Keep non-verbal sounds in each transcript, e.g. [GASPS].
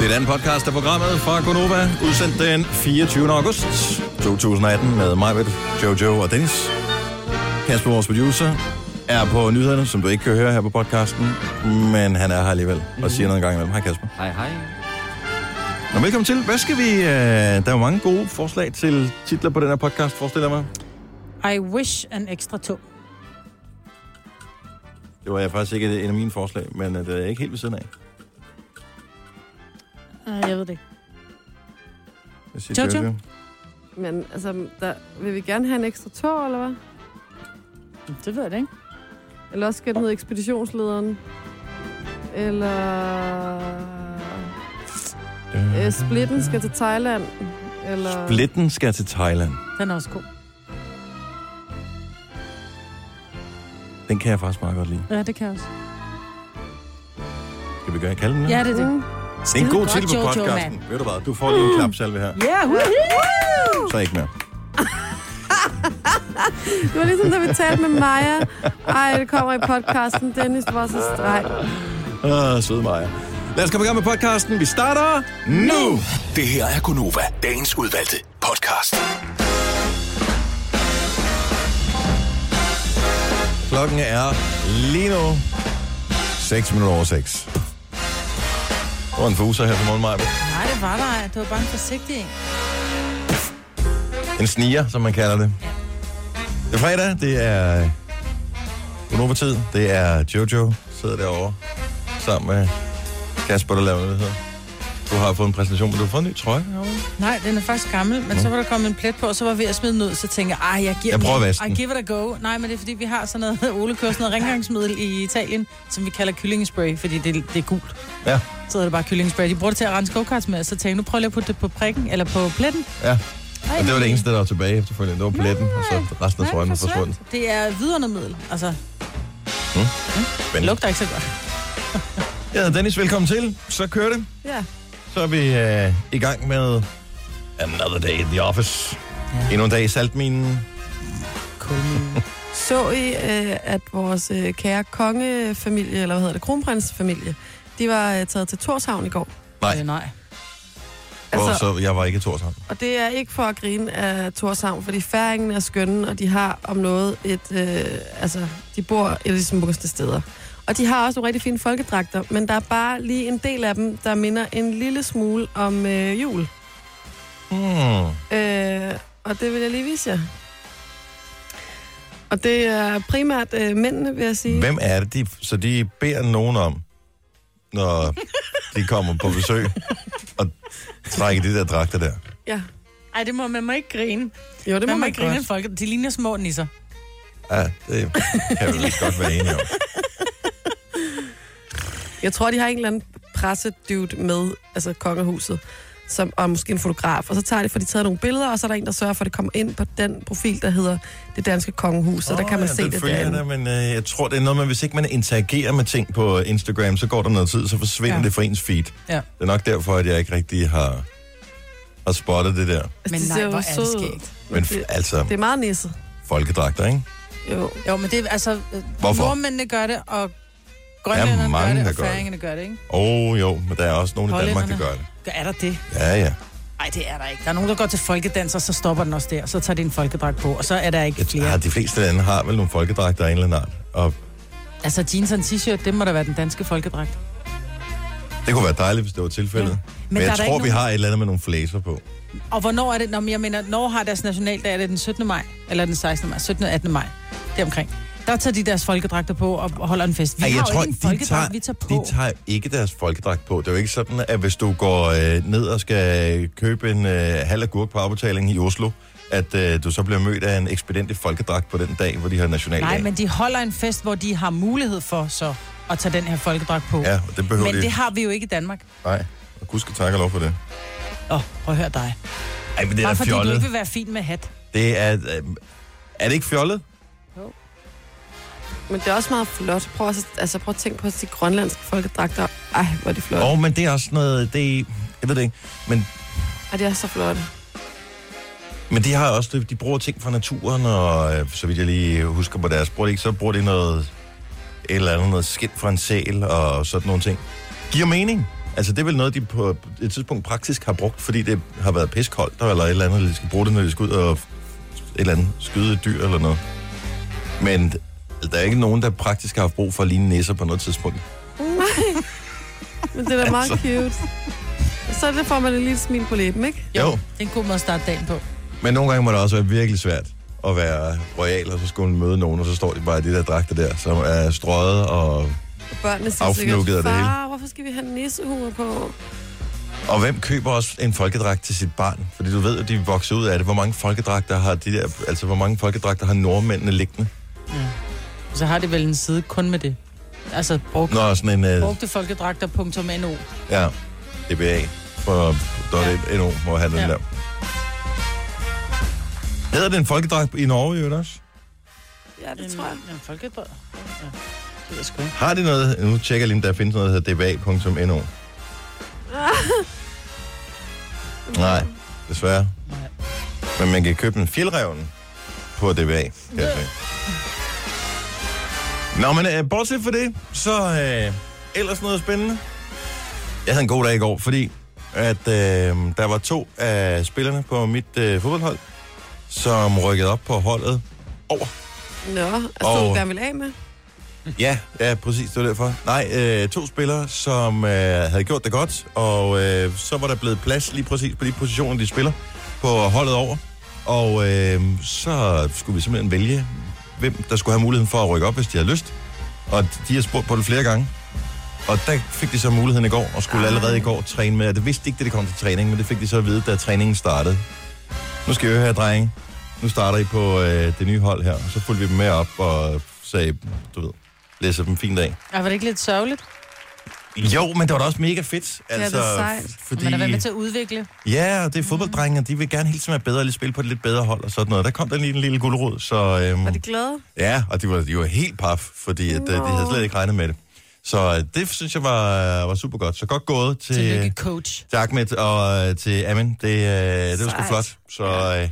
Det er den podcast af programmet fra Gonova, udsendt den 24. august 2018 med mig, ved Jojo og Dennis. Kasper, vores producer, er på nyhederne, som du ikke kan høre her på podcasten, men han er her alligevel og siger noget en gang imellem. Hej Kasper. Hej, hej. Nå, velkommen til. Hvad skal vi... Øh, der er jo mange gode forslag til titler på den her podcast, forestiller jeg mig. I wish en ekstra tung. Det var jeg faktisk ikke en af mine forslag, men øh, det er ikke helt ved siden af. Øh, Jeg ved det ikke. Jeg siger Jojo? Men altså, der, vil vi gerne have en ekstra tog, eller hvad? Det ved jeg det ikke. Eller også skal den hedde ekspeditionslederen? Eller... Øh, splitten skal til Thailand? Eller... Splitten skal til Thailand. Den er også god. Den kan jeg faktisk meget godt lide. Ja, det kan jeg også. Skal vi gøre kalde den? nu? Ja, det er det. Mm. Det er en god Skide titel på godt, Jojo, podcasten. Ved du hvad, du får lige en klapsalve her. Ja, yeah, Så ikke mere. Det var ligesom, da vi talte med Maja. Ej, det kommer i podcasten. Dennis, du var så streg. Åh, Ah, søde Maja. Lad os komme i gang med podcasten. Vi starter nu! Det her er Gonova, dagens udvalgte podcast. Klokken er lige nu 6 minutter over 6. Der var en fuser her på morgen, Maja. Nej, det var der. ej. Det var bare en forsigtig en. En sniger, som man kalder det. Det er fredag, det er Gunova tid. Det er Jojo, sidder derovre sammen med Kasper, der laver noget. der hedder. Du har fået en præsentation, men du har fået en ny trøje. herovre. Nej, den er faktisk gammel, men så var der kommet en plet på, og så var jeg ved at smide den ud, så tænkte jeg, ah, jeg giver Mm. Jeg prøver at den, vaske den." I give it a go. Nej, men det er fordi, vi har sådan noget, [LAUGHS] Ole kører sådan noget rengøringsmiddel i Italien, som vi kalder kyllingespray, fordi det, det er gult. Ja, Så hedder det bare kyllingespray. De bruger det til at rense go-karts med, og så tænkte jeg, nu prøver jeg lige at putte det på prikken, eller på pletten. ja. Ej, Og det var det nej. eneste, der var tilbage efterfølgende. Det var pletten, og så resten af trøjen var for søren. forsvundet. Det er vidundermiddel. Altså, det Mm. Spændende. lugter ikke så godt. Jeg hedder Dennis, velkommen til. Så kører det. Ja. Så er vi øh, i gang med Another Day in the Office. Endnu en dag i saltminen. Så I, øh, at vores øh, kære kongefamilie, eller hvad hedder det, kronprinsfamilie, de var øh, taget til Torshavn i går. [LAUGHS] Nej. Øh, nej. Altså... Altså- så jeg var ikke i Torshavn. Og det er ikke for at grine af Torshavn, fordi færingen er skønne, og de har om noget et... Øh, altså, de bor i de smukkeste steder. Og de har også nogle rigtig fine folkedragter, men der er bare lige en del af dem, der minder en lille smule om øh, jul. Hmm. Øh, og det vil jeg lige vise jer. Og det er primært øh, mændene, vil jeg sige. Hvem er det, de, så de beder nogen om, når de kommer på besøg, og trækker de der dragter der? Ja. Ej, det må man må ikke grine. Jo, det må man man, må ikke grine af godt. folk. De ligner små nisser. Ja, det kan vi vist godt være enige om. Jeg tror, de har en eller anden pressedude med, altså kongehuset, som, og måske en fotograf. Og så tager de, for de taget nogle billeder, og så er der en, der sørger for, at det kommer ind på den profil, der hedder Det Danske Kongehus. Så der Åh, kan man ja, se den det følger jeg derinde. da, men øh, jeg tror, det er noget med, hvis ikke man interagerer med ting på Instagram, så går der noget tid, så forsvinder Ja. ja. det fra ens feed. Ja. Det er nok derfor, at jeg ikke rigtig har, har spottet det der. Altså, Men de nej, ser jo hvor er det søde ud. skægt. Men det, f- altså, det er meget nisset. folkedragter, ikke? Jo. Jo, men det er altså... øh, Hvorfor? Nordmændene gør det, og grønlænderne mange, gør det, der og gør det. færingerne gør det, ikke? Åh oh, jo, men der er også nogen i Danmark, der Hollænderne. gør det. Gør- Er der det? Ja, ja. Nej, det er der ikke. Der er nogen, der går til folkedans, og så stopper den også der. Så tager de en folkedragt på, og så er der ikke Jeg flere. har, de fleste lande har vel nogle folkedragter af en eller anden art. Og Altså, jeans og en t-shirt, det må da være den danske folkedragt. det kunne være dejligt, hvis det var tilfældet. Ja. Ja. der Men, er jeg da tror, ikke vi nogen- har et eller andet med nogle flæser på. Og hvornår er det? Nå, men jeg mener, Norge har deres nationaldag. Er det den 17. maj? Eller den 16. maj? 17. og 18. maj. Deromkring. Der tager de deres folkedragter på og og holder en fest. Vi Ej, har jeg jo tror, ikke en folkedragt, vi tager på. de tager ikke deres folkedragt på. Det er jo ikke sådan, at hvis du går øh, ned og skal købe en øh, halv agurk på afbetaling i Oslo, at øh, du så bliver mødt af en ekspedent i folkedragt på den dag, hvor de har nationaldag. Nej, men de holder en fest, hvor de har mulighed for så at tage den her folkedragt på. Ja, og det behøver men de det ikke. har vi jo ikke i Danmark. Nej, og gud skal takke og lov for det. Åh, oh, prøv at høre dig. Ej, men det er Bare da fordi du fjollet. ikke vil være fin med hat. Det er... Øh, er det ikke fjollet? Men det er også meget flot. Prøv, også, altså, prøv at tænke på de grønlandske folkedragter. Ej, hvor er de flotte. Åh, Oh. oh, men det er også noget... Det, er- jeg ved det ikke. Men Ej, de er så flotte. Men de har også, de bruger ting fra naturen, og øh, så vidt jeg lige husker på deres bruger de ikke, så bruger de noget, et eller andet, noget skind fra en sæl og sådan nogle ting. Giver mening. Altså, det er vel noget, de på et tidspunkt praktisk har brugt, fordi det har været piskoldt, eller et eller andet, eller de skal bruge det, når de skal ud og et eller andet skyde et dyr eller noget. Men der er ikke nogen, der praktisk har haft brug for at ligne nisser på noget tidspunkt. [LAUGHS] Men det er da meget Altså. cute. Så er det, får man et lille smil på læben, ikke? Jo. jo. Det er en god måde at starte dagen på. Men nogle gange må det også være virkelig svært at være royal, og så skulle hun møde nogen, og så står de bare i de der dragter der, som er strøget og... Og børnene siger Affnukket af det hele. far, hvorfor skal vi have nissehue på? Og hvem køber også en folkedragt til sit barn? Fordi du ved, at de vokser ud af det. Hvor mange folkedragter har de der... Altså, hvor mange folkedragter har nordmændene liggende? Så har det vel en side kun med det. Altså, brug, Nå, sådan en... Øh, brugte folkedragter.no. ja, DBA for Ja. .no, hvor han den Ja. der. Hedder det en folkedragt i Norge, jo også? Ja, det tror jeg. En folkedragter. Ja. Det ved jeg sgu ikke. Har de noget... Nu tjekker jeg lige, om der findes noget, der hedder dba.no. Nej, desværre. Nej. Men man kan købe en fjeldrevne på DBA. kan jeg se. Nå, men øh, bortset fra det, så øh, ellers noget spændende. Jeg havde en god dag i går, fordi at, øh, der var to af spillerne på mit øh, fodboldhold, som rykkede op på holdet over. Nå, altså, Og- oh. du gerne vil af med. Ja, ja, præcis, det var derfor. Nej, øh, to spillere, som øh, havde gjort det godt, og øh, så var der blevet plads lige præcis på de positioner, de spiller på holdet over. Og øh, så skulle vi simpelthen vælge, hvem der skulle have muligheden for at rykke op, hvis de havde lyst. Og de har spurgt på det flere gange. Og der fik de så muligheden i går, og skulle allerede i går træne med. Og det vidste de ikke, da det kom til træning, men det fik de så at vide, da træningen startede. Nu skal I høre her, drenge. Nu starter I på øh, det nye hold her. Og så fulgte vi dem med op og sagde, du ved, læser dem fint af. Ej, var det ikke lidt sørgeligt? Jo, men det var da også mega fedt. er Altså, sejt. f- Fordi... Fordi, Man har været med til at udvikle. ja, og det er fodbolddrenge, og de vil gerne hele tiden være bedre, og lige spille på et lidt bedre hold og sådan noget. Der kom der lige en lille guldrod, så... Øhm, Er det glade? Ja, og de var, de var helt paf, fordi at, øh, de Nå. havde slet ikke regnet med det. Så øh, det synes jeg var, øh, var super godt. Så godt gået til, Tillykke, coach. til Ahmed og øh, til Amin. Det, øh, det var sgu Sejt. flot. Så øh,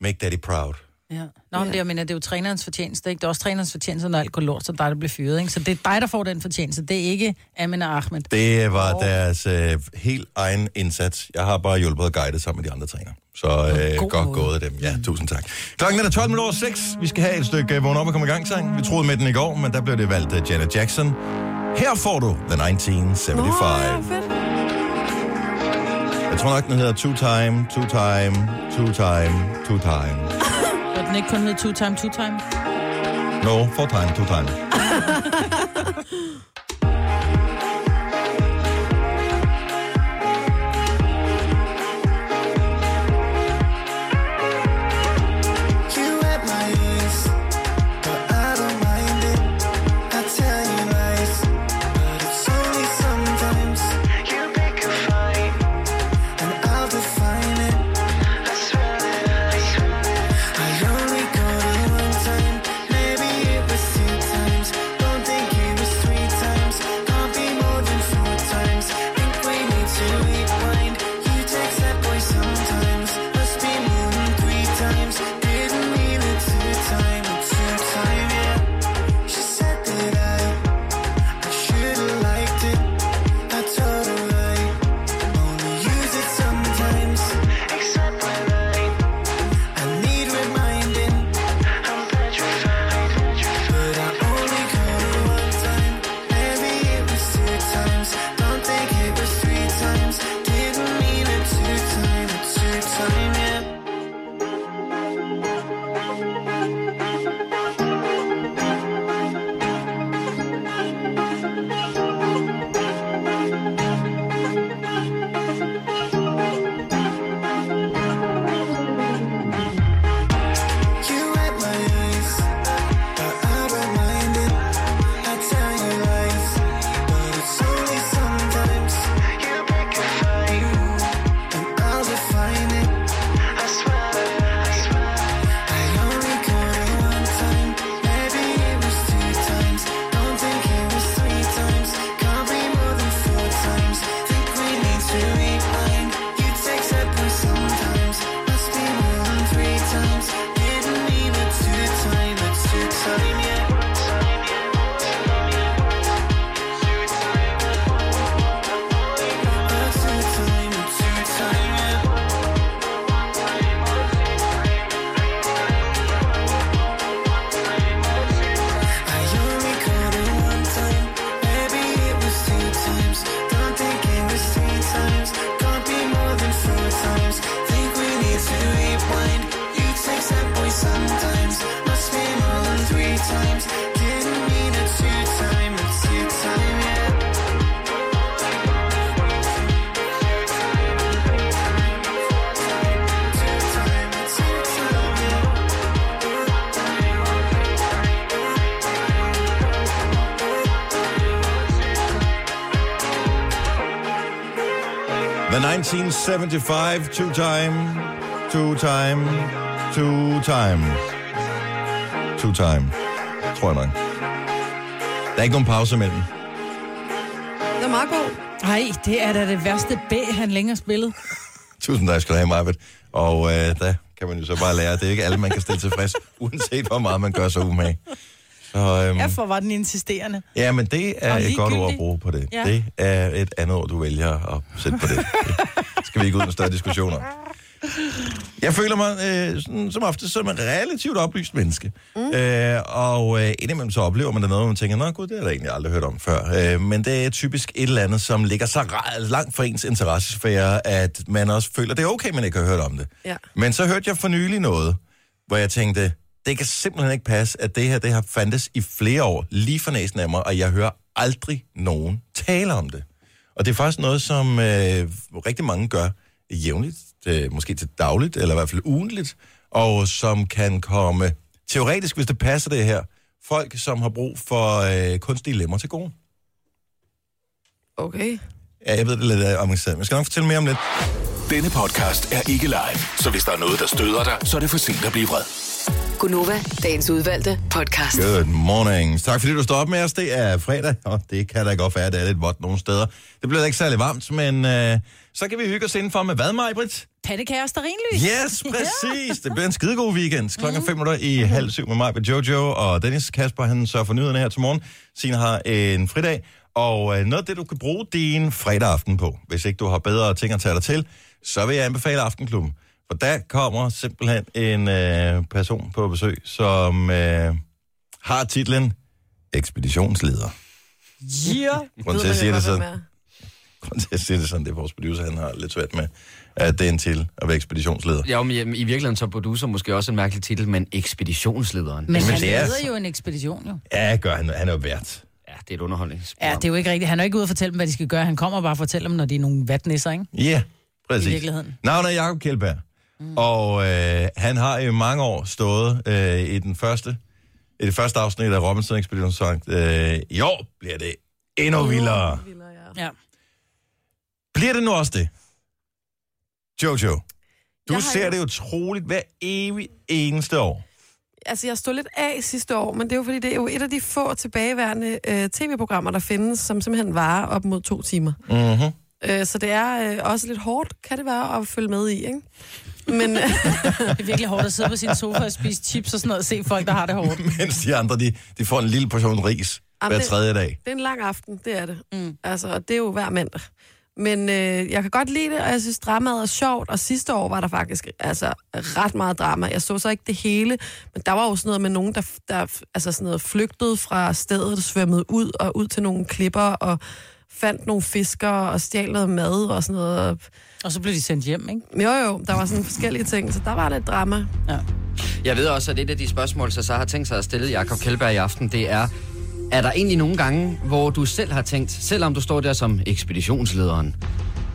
make daddy proud. Ja. Nå, men det, jeg mener, det er jo trænerens fortjeneste, ikke? Det er også trænerens fortjeneste, når alt går lort, så er det dig, der bliver fyret, ikke? Så det er dig, der får den fortjeneste. Det er ikke Amin og Ahmed. Det var Åh. deres øh, helt egen indsats. Jeg har bare hjulpet og guidet sammen med de andre trænere. Så øh, god godt måde. gået af dem. Ja, tusind tak. Klokken er der 12 minutter over 6. Vi skal have et stykke øh, vågn op og komme i gang sang. Vi troede med den i går, men der blev det valgt øh, Janet Jackson. Her får du The 1975. Nå, fedt. Jeg tror nok, den hedder Two Time, Two Time, Two Time, Two Time. Og den ikke kun hed two time, two [LAUGHS] time. No, Four Time, Two Time. You at my ease, but I don't mind it. I tell you lies, but it's only sometimes. You pick a fight, and I'll define it. I swear that I swear I only go to one time, maybe it was two times. Don't think it was three times. The 1975, two time, two time, two time. Two time, tror jeg nok. Der er ikke nogen pause imellem. Det er meget god. Nej, det er da det værste B, han længere spillet. Tusind tak skal du have, Marvitt. Og øh, der kan man jo så bare lære, at det er ikke alle, man kan stille tilfreds, [LAUGHS] uanset hvor meget man gør sig umage. Så, øhm, Derfor var den insisterende. ja, men det er Og et godt ord at ligegyldigt. bruge på det. Ja. Det er et andet ord, du vælger at sætte på det. [LAUGHS] Det skal vi ikke ud i en større diskussioner. Jeg føler mig øh, sådan, som ofte som et relativt oplyst menneske. Mm. Øh, og øh, indimellem så oplever man da noget, hvor man tænker, nå gud, det har jeg da egentlig aldrig hørt om før. Øh, men det er typisk et eller andet, som ligger så ra- langt fra ens interessesfære, at man også føler, det er okay, man ikke har hørt om det. Ja. Men så hørte jeg for nylig noget, hvor jeg tænkte, det kan simpelthen ikke passe, at det her det har fandtes i flere år lige for næsen af mig, og jeg hører aldrig nogen tale om det. Og det er faktisk noget, som øh, rigtig mange gør jævnligt, øh, måske til dagligt, eller i hvert fald ugentligt, og som kan komme, teoretisk hvis det passer det her, folk, som har brug for øh, kunstige lemmer til gode. Okay. Ja, jeg ved det er lidt øh, avanceret, men jeg skal nok fortælle mere om lidt. Denne podcast er ikke live, så hvis der er noget, der støder dig, så er det for sent at blive vred. Gunova, dagens udvalgte podcast. Good morning. Tak fordi du står op med os. Det er fredag, og det kan da godt være, at det er lidt vådt nogle steder. Det bliver da ikke særlig varmt, men øh, så kan vi hygge os indenfor med hvad, Majbrit? Pandekager og sterinlys. Yes, præcis. Det bliver en skidegod weekend. Klokken er fem minutter i halv syv med mig, med Jojo og Dennis Kasper. Han sørger for nyhederne her til morgen. Signe har en fridag. Og øh, noget af det, du kan bruge din fredag aften på, hvis ikke du har bedre ting at tage dig til, så vil jeg anbefale Aftenklubben. For der kommer simpelthen en øh, person på besøg, som øh, har titlen Ekspeditionsleder. [LAUGHS] Ja. Grunden Ved til, at jeg man siger jo godt, hvem det sådan, er. grunden til, at jeg siger det sådan, det er vores producer, han har lidt svært med, at det er en til at være ekspeditionsleder. Ja, men jamen, i virkeligheden så er producer måske også en mærkelig titel, men ekspeditionslederen. Men han det er- altså- leder jo en ekspedition, jo. Ja, gør han. Han er jo vært. Ja, det er et underholdningsprogram. Ja, det er jo ikke rigtigt. Han er jo ikke ude og fortælle dem, hvad de skal gøre. Han kommer bare og fortæller dem, når de er nogle vatnisser, ikke? Ja, yeah, præcis. I virkeligheden. Navnet er Jacob Kjeldberg. Mm. Og øh, han har i mange år stået øh, i den første, i det første afsnit af Robinson Expedition og sagt, øh, i år bliver det endnu vildere. Vildere, ja. Ja. Bliver det nu også det? Jojo, du har ser jo- det utroligt hver evig eneste år. altså jeg stod lidt af sidste år, men det er jo fordi, det er jo et af de få tilbageværende øh, tv-programmer, der findes, som simpelthen varer op mod to timer. Mm-hmm. Øh, så det er øh, også lidt hårdt, kan det være, at følge med i, ikke? Men øh, [LAUGHS] Det er virkelig hårdt at sidde på sin sofa og spise chips og sådan noget, og se folk, der har det hårdt. [LAUGHS] Mens de andre, de, de får en lille portion ris Jamen, hver det- tredje dag. det er en lang aften, det er det. Mm. Altså, og det er jo hver mandag. Men øh, jeg kan godt lide det, og jeg synes, dramaet er sjovt. Og sidste år var der faktisk altså, ret meget drama. Jeg så så ikke det hele, men der var jo sådan noget med nogen, der, der altså sådan noget, flygtede fra stedet, svømmede ud og ud til nogle klipper, og fandt nogle fisker og stjal noget mad og sådan noget. Og- Og så blev de sendt hjem, ikke? Jo jo, der var sådan forskellige ting, så der var lidt drama. Jeg ved også, at et af de spørgsmål, så så har tænkt sig at stille Jakob Kjeldberg i aften, det er, er der egentlig nogle gange, hvor du selv har tænkt, selvom du står der som ekspeditionslederen,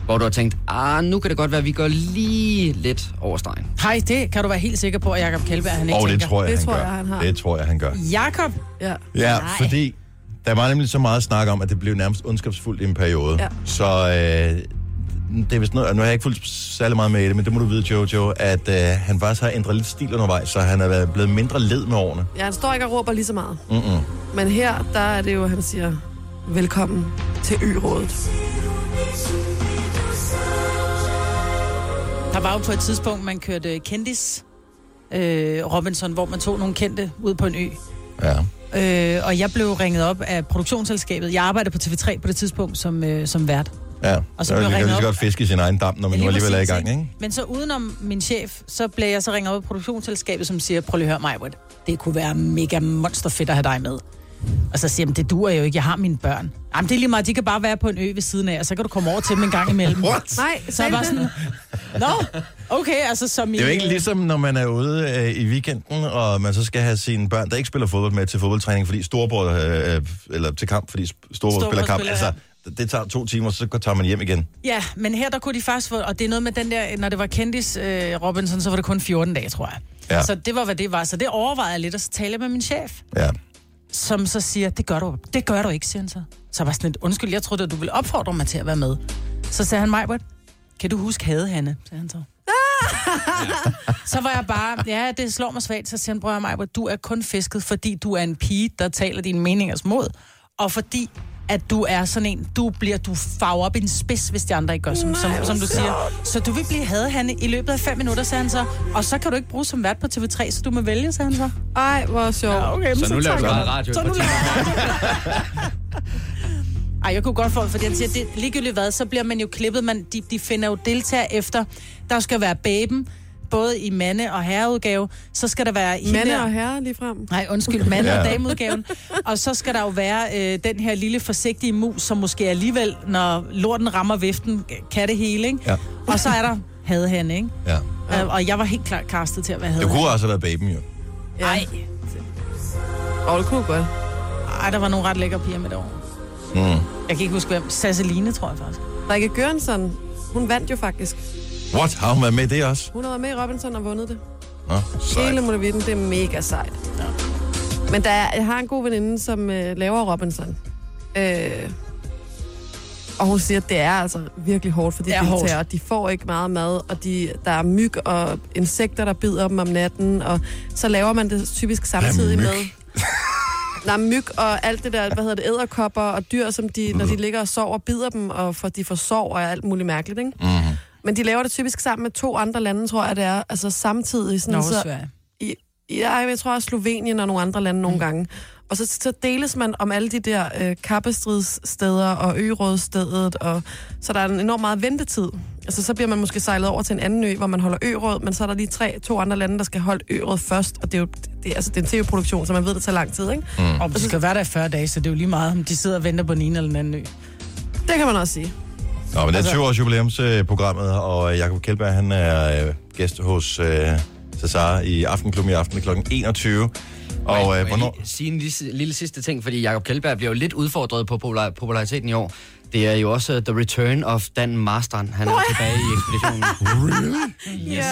hvor du har tænkt, ah, nu kan det godt være, at vi går lige lidt over stregen. Hej, det kan du være helt sikker på, at Jacob Kjeldberg, han ikke Og det tænker. tror jeg, Det han tror gør. jeg, han har. Det tror jeg, han gør. Jakob, Ja. Ja, Nej. Nej. fordi der var nemlig så meget snak om, at det blev nærmest ondskabsfuldt i en periode. Ja. Ja. Så øh, det er vist noget, og nu har jeg ikke fulgt særlig meget med i det, men det må du vide, Jojo, at øh, han faktisk har ændret lidt stil undervejs, så han er været- blevet mindre led med årene. ja, han står ikke og råber lige så meget. Mm-mm. Men her, der er det jo, han siger, velkommen til ø-rådet. der var jo på et tidspunkt, man kørte kendis øh, Robinson, hvor man tog nogle kendte ud på en ø. Ja. Øh, og jeg blev ringet op af produktionsselskabet. Jeg arbejdede på TV3 på det tidspunkt som, øh, som vært. Ja, Og så så blev man kan ringet lige så op. godt fiske i sin egen dam, når man Ja, nu lige alligevel er i gang, præcis, ikke? Men så udenom min chef, så blev jeg så ringet op af produktionsselskabet, som siger, prøv lige at høre mig, Britt. det kunne være mega monsterfedt at have dig med. Og så siger jeg, "Men det dur jo ikke, jeg har mine børn. Jamen det er lige meget, de kan bare være på en ø ved siden af, og så kan du komme over til dem en gang imellem. What? Nej, Så jeg var sådan, nå, okay, altså som i... Det er jo ikke ligesom, når man er ude øh, i weekenden, og man så skal have sine børn, der ikke spiller fodbold med, til fodboldtræning, fordi storbror, øh, øh, eller til kamp, fordi storbror, storbror spiller kamp. spiller, Altså, det- det tager to timer, så tager man hjem igen. Ja, men her der kunne de faktisk få, og det er noget med den der, når det var kendis øh, Robinson, så var det kun 14 dage, tror jeg. Ja. Så det var, hvad det var. Så det overvejede jeg lidt, og så talte jeg med min chef, Ja. som så siger, det gør du, det gør du ikke, siger han så. Så jeg var sådan lidt, undskyld, jeg troede, at du ville opfordre mig til at være med. Så sagde han mig, kan du huske havde Hanne? Sagde han så. [LAUGHS] så var jeg bare, ja, det slår mig svagt, så siger han, bror mig, du er kun fisket, fordi du er en pige, der taler dine meningers mod, og fordi at du er sådan en, du bliver, du farver op i en spids, hvis de andre ikke gør, som, som, som du siger. Så du vil blive hadet, Hanne, i løbet af fem minutter, sagde han så. Og så kan du ikke bruge som vært på TV3, så du må vælge, sagde han så. Ej, hvor sjovt. Ja, okay. Så nu laver du tak. bare radio. Så nu laver Ej, jeg kunne godt få det, fordi han siger, det, ligegyldigt hvad, så bliver man jo klippet. Man, de, de finder jo deltager efter. Der skal være baben, både i mande- og herreudgave. Så skal der være hende Mande og herre lige frem. Nej, undskyld, mand Ja. og dameudgaven. Og så skal der jo være øh, den her lille forsigtige mus, som måske alligevel, når lorten rammer viften, kan det hele, ikke? Ja. Og så er der havde han, ikke? Ja. Ja. Og jeg var helt klart kastet til at være havde. Det kunne også have været baben, jo. Ej, Åh, det kunne godt. ej, der var nogle ret lækre piger med det år. Mm. Hmm. Jeg kan ikke huske, hvem. Sasseline, tror jeg faktisk. Rikke Gørensson, hun vandt jo faktisk. What? Har hun været med i det også? Hun har været med i Robinson og vundet det. Nå, sejt. Hele Monavitten, det er mega sejt. Men der er, jeg har en god veninde, som øh, laver Robinson. Øh, og hun siger, at det er altså virkelig hårdt for de Det er hårdt. deltagere. De får ikke meget mad, og de, der er myg og insekter, der bider dem om natten. Og så laver man det typisk samtidig myg? med... [LAUGHS] Der er myg og alt det der, hvad hedder det, æderkopper og dyr, som de, når de ligger og sover, bider dem, og for, de får sår og alt muligt mærkeligt, ikke? Mm. Men de laver det typisk sammen med to andre lande, tror jeg, det er. Altså samtidig. Sådan, Nå, så, Sverige. i, ja, jeg tror også Slovenien og nogle andre lande Mm. nogle gange. Og så, så deles man om alle de der øh, kappestridssteder og ørådstedet, og, så der er en enormt meget ventetid. Altså, så bliver man måske sejlet over til en anden ø, hvor man holder øråd, men så er der lige tre, to andre lande, der skal holde øråd først, og det er jo det, er- altså, det er en tv-produktion, så man ved, det tager lang tid, ikke? Mm. Og de skal jo være der i 40 dage, så det er jo lige meget, om de sidder og venter på den ene eller den anden ø. Det kan man også sige. Nå, men det Altså- er 20 års jubilæumsprogrammet, og øh, Jacob Kjeldberg, han er øh, gæst hos øh, Cesar i Aftenklubben i aften kl. 21. Må Og jeg- øh, må jeg hvornår... lige sige en lille, lille sidste ting, fordi Jakob Kjeldberg bliver jo lidt udfordret på popular- populariteten i år. Det er jo også øh, The Return of Dan Marstrand. Han er tilbage i [LAUGHS] ekspeditionen. Yes. Ja,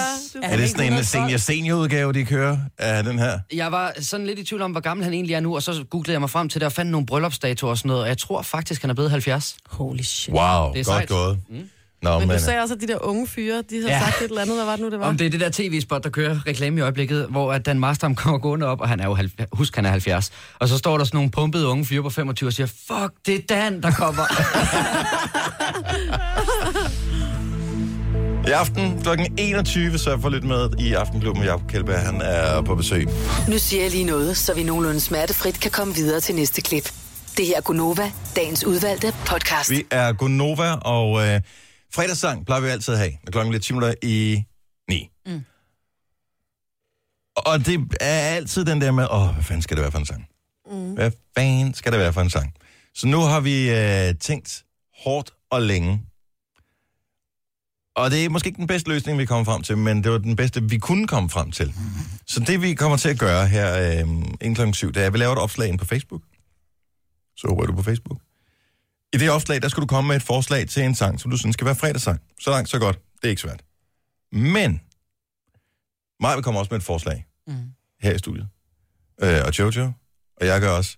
Er det sådan en uh, senior-senior-udgave, de kører af den her? Jeg var sådan lidt i tvivl om, hvor gammel han egentlig er nu, og så googlede jeg mig frem til det og fandt nogle bryllupsdatoer og sådan noget, og jeg tror faktisk, han er blevet 70. Holy shit. Wow, Det er godt sejt. gået. Mm. Nå, Men men, du sagde også, at de der unge fyre, de har Ja. ja. sagt et eller andet, hvad var det nu, det var? Om det er det der tv-spot, der kører reklame i øjeblikket, hvor at Dan Marstram [LAUGHS] kommer gående op, og han er jo, halv- husk, han er 70, og så står der sådan nogle pumpede unge fyre på 25 og siger, fuck, det er Dan, der kommer. I aften kl. 21, så får lidt med i Aftenklubben. Jacob Kjeldberg, han er på besøg. Nu siger jeg lige noget, så vi nogenlunde smertefrit kan komme videre til næste klip. Det her er Gunova, dagens udvalgte podcast. Vi er Gonova, og øh, fredagssang plejer vi altid at have, når klokken er 10 minutter i 9. Mm. Og det er altid den der med, åh, hvad fanden skal det være for en sang? Mm. Hvad fanden skal det være for en sang? Så nu har vi øh, tænkt hårdt og længe. Og det er måske ikke den bedste løsning, vi kommer frem til, men det var den bedste, vi kunne komme frem til. Så det, vi kommer til at gøre her øh, inden klokken 7, det er, at vi laver et opslag ind på Facebook. Så håber jeg, du er på Facebook. I det opslag, der skal du komme med et forslag til en sang, som du synes skal være fredagssang. Så langt, så godt. Det er ikke svært. Men, mig vil komme også med et forslag mm. her i studiet. Øh, og Jojo, og jeg gør også.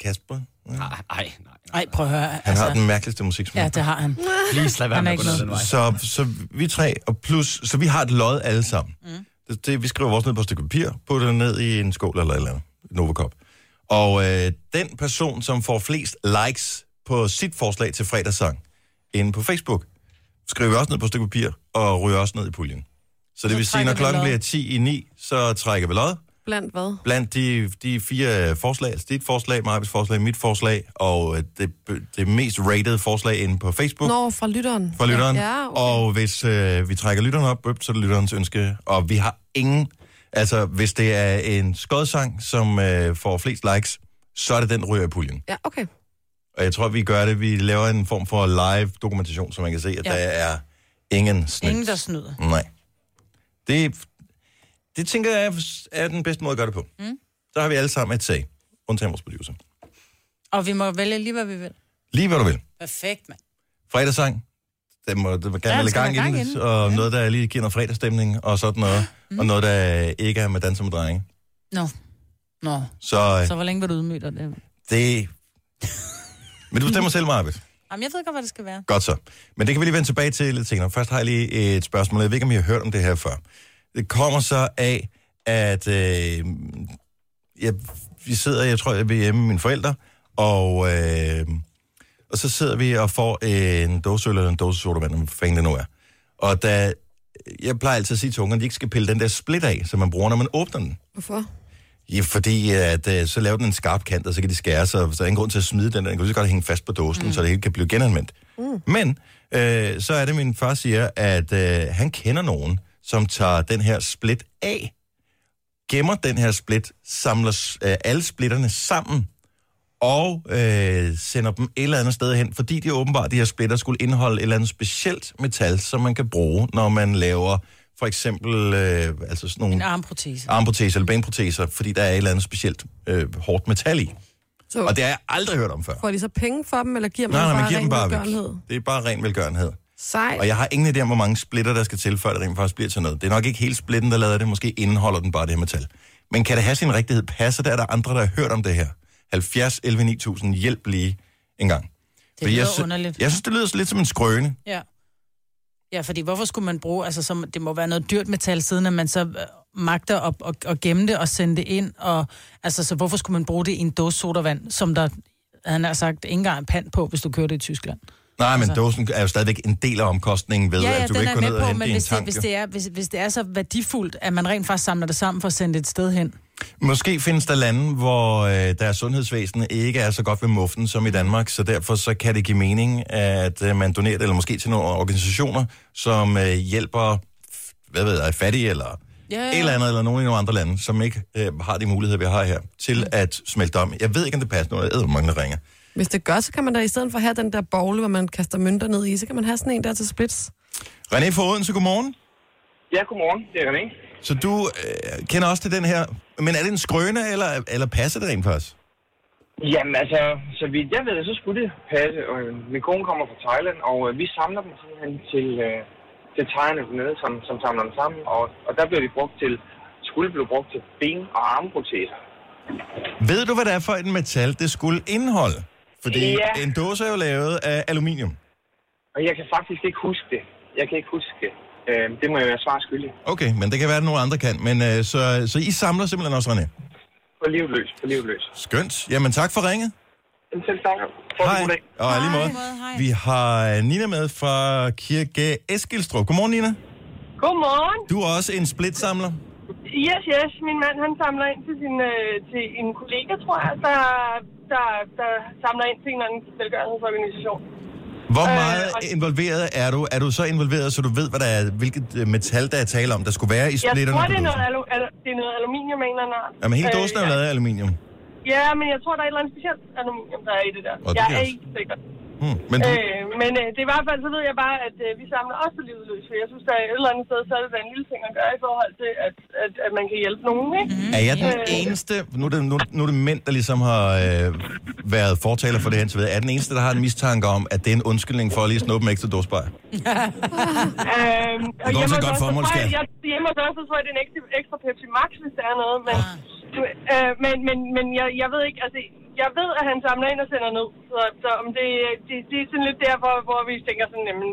Kasper, øh, nej, nej, nej. Ej, prøv at høre. altså- han har den mærkeligste musiksmag. Ja, det har han. Please, lad være Han er med at ikke gå ned med. den vej. Så, så vi tre, og plus, så vi har et lod alle sammen. Mm. Det, det, vi skriver vores ned på et stykke papir, putter det ned i en skål eller et eller andet, en Novacop. Og øh, den person, som får flest likes på sit forslag til fredagssang, inde på Facebook, skriver vi også ned på et stykke papir, og ryger også ned i puljen. Så det Så vil sige, når trækker vi klokken lod. bliver 10 i 9, så trækker vi lod Blandt hvad? blandt de, de fire øh, forslag, altså dit forslag, Marvids forslag, mit forslag, og øh, det, det mest rated forslag inde på Facebook Nå, fra lytteren. fra lytteren. Ja, okay. Og hvis øh, vi trækker lytteren op, øp, så er det lytterens ønske. Og vi har ingen... Altså, hvis det er en skodsang, som øh, får flest likes, så er det den, der ryger i puljen. Ja, okay. Og jeg tror, vi gør det. Vi laver en form for live dokumentation, så man kan se, at ja. Ja. der er ingen snydt. Ingen, der snyder. Nej. Det, det tænker jeg er- er den bedste måde at gøre det på. Mm. Så har vi alle sammen et sag. Undtagen vores producer. Og vi må vælge lige, hvad vi vil. Lige hvad du vil. Perfekt, mand. fredagssang. Den må, den må gerne Ja, ja, den lidt skal gang, være gang gang inden, i den. og ja. noget, der lige giver noget fredagsstemning, og sådan noget. Mm. Og noget, der ikke er med danser med drenge. Nå. Nå. Så, Så så øh, hvor længe var du ydmyg af det? det... Men du bestemmer selv, Marvitt. Jamen, jeg ved godt, hvad det skal være. Godt så. Men det kan vi lige vende tilbage til lidt senere. Først har jeg lige et spørgsmål. Jeg ved ikke, om I har hørt om det her før. Det kommer så af, at øh, jeg, vi sidder, jeg tror, jeg er hjemme med mine forældre, og, øh, og så sidder vi og får en dåse øl eller en dåse sodavand, hvad fanden det nu er. Og da, jeg plejer altid at sige til ungerne, at de ikke skal pille den der split af, som man bruger, når man åbner den. Hvorfor? Ja, fordi at, øh, så laver den en skarp kant, og så kan de skære sig, og så er ingen grund til at smide den, der. den kan lige så godt hænge fast på dåsen, mm. så det hele kan blive genanvendt. Mm. Men øh, så er det, min far siger, at øh, han kender nogen, som tager den her split af, gemmer den her split, samler s- øh, alle splitterne sammen, og øh, sender dem et eller andet sted hen, fordi de åbenbart, de her splitter, skulle indeholde et eller andet specielt metal, som man kan bruge, når man laver for eksempel øh, altså sådan nogle En armprotese. armproteser eller benproteser, fordi der er et eller andet specielt øh, hårdt metal i. Så Og det har jeg aldrig hørt om før. får de så penge for dem, eller giver man Nej, dem nej, man bare giver ren dem bare velgørenhed? væk. Det er bare ren velgørenhed. Sejt. Og jeg har ingen idé om, hvor mange splitter, der skal til, før det rent faktisk bliver til noget. Det er nok ikke helt splitten, der lader det. Måske indeholder den bare det her metal. Men kan det have sin rigtighed? Passer det? Er der andre, der har hørt om det her? 70, 11, 9000. Hjælp lige en gang. Det jeg, lyder sy- underligt. jeg synes, det lyder lidt som en skrøne. Ja. Ja, fordi hvorfor skulle man bruge, altså som, det må være noget dyrt metal, siden at man så øh, magter at, at, at gemme det og sende det ind, og altså, så hvorfor skulle man bruge det i en dåse sodavand, som der, han har sagt, ikke engang er pant på, hvis du kører det i Tyskland? Nej, men dåsen er jo stadigvæk en del af omkostningen ved, Altså. Ja, ja, at du den kan ikke gå ned er med og på, hente men i en hvis det, tank. hvis, jo. det er, hvis, hvis det er så værdifuldt, at man rent faktisk samler det sammen for at sende det et sted hen. Måske findes der lande, hvor øh, deres sundhedsvæsen ikke er så godt ved muffen som i Danmark, så derfor så kan det give mening, at øh, man donerer det, eller måske til nogle organisationer, som øh, hjælper f- hvad ved jeg, fattige eller ja, Ja, ja. ja. et eller andet, eller nogen i nogle andre lande, som ikke øh, har de muligheder, vi har her, til at smelte om. Jeg ved ikke, om det passer, når jeg æder, mange der ringer. Hvis det gør, så kan man da i stedet for have den der bogle, hvor man kaster mønter ned i, så kan man have sådan en der til splits. René fra Odense, godmorgen. Ja, godmorgen. Det er René. Så du øh, kender også til den her, men er det en skrøne, eller, eller passer det rent faktisk? Jamen altså, så vidt jeg ved, så skulle det passe. Og, øh, min kone kommer fra Thailand, og øh, vi samler dem simpelthen til, øh, til thaierne dernede, som, som samler dem sammen. Og, og der bliver de brugt til, skulle blive brugt til ben- og armproteser. Ved du, hvad det er for et metal, det skulle indeholde? Fordi ja. Ja. en dåse er jo lavet af aluminium. Og jeg kan faktisk ikke huske det. Jeg kan ikke huske det. Øh, det må jeg være svar skyldig. Okay, men det kan være, at nogle andre kan. Men øh, så, så I samler simpelthen også, René? På livet løs, på livet løs. Skønt. Jamen, tak for ringet. Jamen, Selv tak. Få en god dag. Og lige måde. Hej. Vi har øh, Nina med fra Kirke Eskilstrup. Godmorgen, Nina. Godmorgen. Du er også en splitsamler. Yes, yes. Min mand, han samler ind til, sin, øh, til en kollega, tror jeg, der, der, der samler ind til en eller anden velgørenhedsorganisation. Hvor Øh, meget og- involveret er du? Er du så involveret, så du ved, hvad der er, hvilket øh, metal, der er tale om, der skulle være i Jeg splitterne? tror, på det er, dåsen? noget, alu- al- det er noget aluminium af en eller anden art. Øh, Jamen, hele dåsen er jo ja. lavet af aluminium. Hm. ja, men jeg tror, der er et eller andet specielt aluminium, der er i det der. Og det jeg kan er også- ikke sikker. Hmm. Men du, Øh, men øh, det er i hvert fald, så ved jeg bare, at øh, vi samler også på livet løs. For jeg synes, der er et eller andet sted, så er det da en lille ting at gøre i forhold til, at, at, at man kan hjælpe nogen, ikke? Mm-hmm. Er jeg den Øh. eneste, nu er det, nu, nu er det mænd, der ligesom har øh, været fortaler for det her indtil videre, er jeg den eneste, der har en mistanke om, at det er en undskyldning for at lige at snuppe en ekstra dårsbej? Øhm, og går hjemme til hos godt os, så formål, tror jeg- skat. jeg- Hjemme hos os, så tror jeg, det er en ekstra, ekstra Pepsi Max, hvis der er noget. Men, Ah. øh, men, men, men jeg, jeg ved ikke, altså, jeg ved, at han samler ind og sender ned. Så, så om det, det, det er sådan lidt der, hvor, hvor vi tænker sådan, jamen,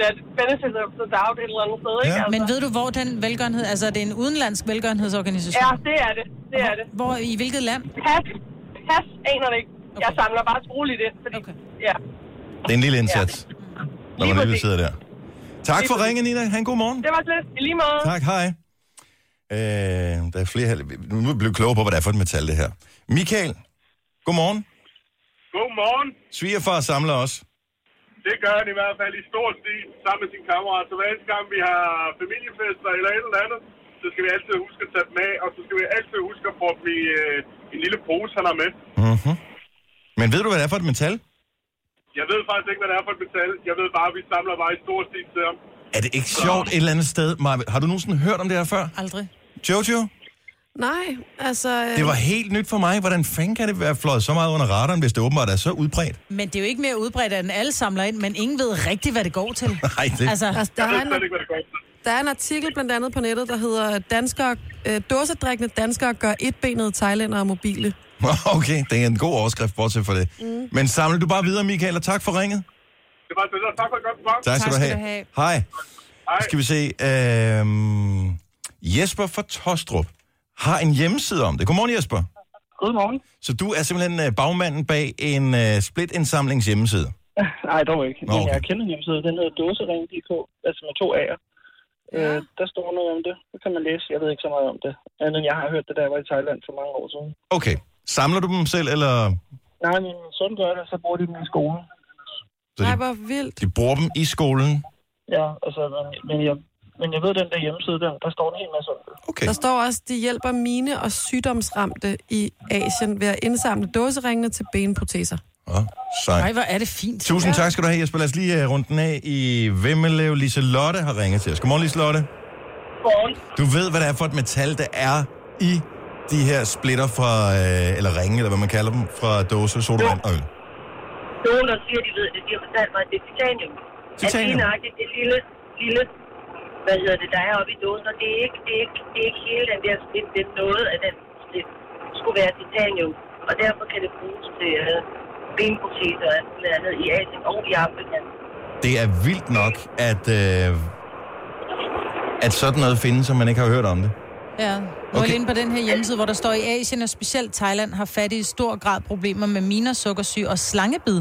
lad benefit of the doubt et eller andet sted, ikke? Ja. Altså, Men ved du, hvor den velgørenhed, altså er det en udenlandsk velgørenhedsorganisation? Ja, det er det. Det er det. Hvor, i hvilket land? Pas, pas aner det ikke. Jeg Okay. samler bare roligt ind, fordi, Okay. ja. Det er en lille indsats, når man Lige alligevel præcis. sidder der. Tak Lige for præcis. ringen, Nina. Han god morgen. Det var slet i lige måde. Tak, hej. Øh, der er flere her. Nu er vi blevet klogere på, hvad det er for et metal, det her. Michael, godmorgen. Godmorgen. Svigerfar samler også. Det gør han i hvert fald i stor stil sammen med sine kammerater. Så hver eneste gang vi har familiefester eller et eller andet, så skal vi altid huske at tage dem af, og så skal vi altid huske at få dem i øh, en lille pose, han har med. Mm-hmm. Men ved du, hvad det er for et metal? Jeg ved faktisk ikke, hvad det er for et metal. Jeg ved bare, at vi samler bare i stor stil til ham. Er det ikke sjovt et eller andet sted? Maja, Har du nogensinde hørt om det her før? Aldrig. Jojo? Nej, altså... Øh, Det var helt nyt for mig. Hvordan fanden kan det være fløjet så meget under radaren, hvis det åbenbart er så udbredt? Men det er jo ikke mere udbredt, end alle samler ind, men ingen ved rigtigt, hvad det går til. [LAUGHS] Nej, det... Altså... Altså, altså, der, Jeg ved er en, slet ikke, hvad det går til. der er en artikel blandt andet på nettet, der hedder Danskere, øh, Dåsedrikkende danskere gør etbenede thailændere mobile. Okay, det er en god overskrift, bortset for det. Mm. Men samle du bare videre, Michael, og tak for ringet. Det var så lidt. Tak for et godt program. Tak skal, du, have. Hej. Hej. Skal vi se. Øhm, Jesper fra Tostrup har en hjemmeside om det. Godmorgen, Jesper. Godmorgen. Så du er simpelthen øh, bagmanden bag en øh, splitindsamlings hjemmeside. [LAUGHS] Nej, dog ikke. Nå, Men okay. jeg kender en hjemmeside, den hedder dåsering.dk, altså med to A'er. Ja. Øh, der står noget om det. Det kan man læse. Jeg ved ikke så meget om det. Andet end jeg har hørt det, da jeg var i Thailand for mange år siden. Okay. Samler du dem selv, eller Nej, men sådan gør det, så bruger de dem i skolen. Så Nej, hvor vildt. de bruger dem i skolen? Ja, altså, men, men, jeg, men jeg ved, den der hjemmeside, der, der står en hel masse om det. Okay. Der står også, de hjælper mine og sygdomsramte i Asien ved at indsamle dåseringene til benproteser. Åh, sejt. Ej, hvor er det fint. Tusind Ja. tak skal du have, Jesper. Lad os lige uh, runde den af i Vemmelev. Lise Lotte har ringet til os. Godmorgen, Lise Lotte. Godmorgen. Du ved, hvad det er for et metal, der er i de her splitter fra, øh, eller ringe, eller hvad man kalder dem, fra dåse, sodavand og øl. Nogen, der siger, de ved det, de har fortalt mig, at det er titanium. At Titanium? lige nøjagtigt det lille, lille, hvad hedder det, der er oppe i dåsen, og det er ikke, det er ikke, det er ikke hele den der split, det er noget af den split, skulle være titanium. Og derfor kan det bruges til øh, benproteser og alt muligt andet i Asien og i Afrika. Det er vildt nok, at, øh, at sådan noget findes, som man ikke har hørt om det. Ja, nu okay. er jeg inde på den her hjemmeside, hvor der står, i Asien og specielt Thailand har fattige i stor grad problemer med miner, sukkersyge og slangebid,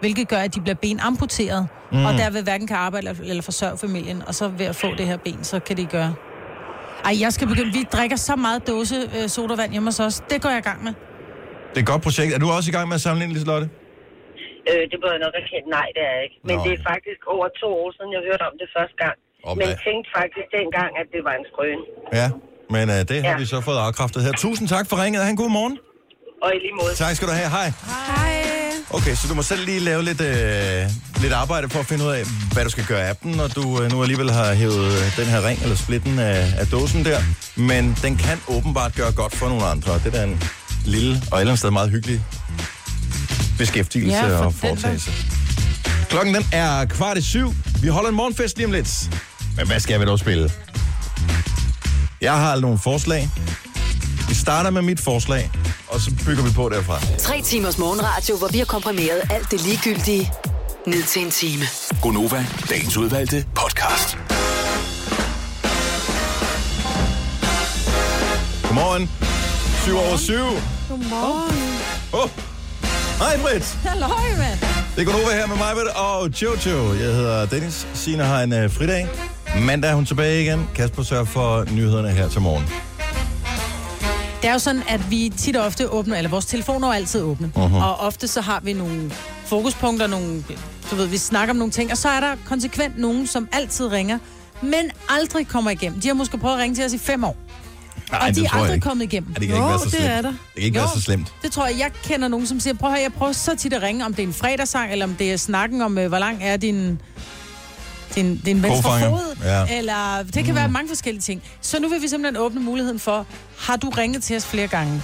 hvilket gør, at de bliver benamputeret, Mm. mm. og derved hverken kan arbejde eller- eller forsørge familien, og så ved at få det her ben, så kan de gøre. Ej, jeg skal begynde. Vi drikker så meget dåse øh, sodavand hjemme hos os. Det går jeg i gang med. Det er et godt projekt. Er du også i gang med at samle ind, Lise Lotte? Øh, det må jeg nok erkende. Nej, det er jeg ikke. Men Nå. Nå. det er faktisk over to år siden, jeg hørte om det første gang. Om Men hvad? tænkte faktisk dengang, at det var en skrøn. Ja, men øh, det har Ja. vi så fået afkræftet her. Tusind tak for ringet. Ha' en god morgen. Og i lige måde. Tak skal du have. Hej. Hej. Okay, så du må selv lige lave lidt, øh, lidt arbejde for at finde ud af, hvad du skal gøre af den, når du øh, nu alligevel har hævet øh, den her ring eller splitten af, af dåsen der. Men den kan åbenbart gøre godt for nogle andre, og det er da en lille og et eller andet sted meget hyggelig beskæftigelse Ja, ja, for og den foretagelse. Klokken den er kvart i syv. Vi holder en morgenfest lige om lidt. Men hvad skal vi dog spille? Jeg har nogle forslag. Vi starter med mit forslag, og så bygger vi på derfra. Tre timers morgenradio, hvor vi har komprimeret alt det ligegyldige ned til en time. Gonova, dagens udvalgte podcast. Godmorgen. 7 over 7. Godmorgen. Oh. Hej, Britt. [LAUGHS] Halløj, mand. Det er over her med mig, Britt, og Jojo. Jeg hedder Dennis. Signe har en uh, fridag. Mandag er hun tilbage igen. Kasper sørger for nyhederne her til morgen. Det er jo sådan, at vi tit og ofte åbner, eller vores telefoner er altid åbne. Mhm. Uh-huh. Og ofte så har vi nogle fokuspunkter, nogle, du ved, vi snakker om nogle ting, og så er der konsekvent nogen, som altid ringer, men aldrig kommer igennem. De har måske prøvet at ringe til os i fem år. Ej, og de det er tror jeg aldrig ikke. kommet igennem. Ja, det kan ikke være så slemt. Det kan ikke være Jo. så slemt. Det tror jeg, jeg kender nogen, som siger, prøv at høre, jeg prøver så tit at ringe, om det er en fredagssang, eller om det er snakken om, øh, hvor lang er din, din, din venstre Kofanger. fod, Ja. eller det Mm. kan være mange forskellige ting. Så nu vil vi simpelthen åbne muligheden for, har du ringet til os flere gange?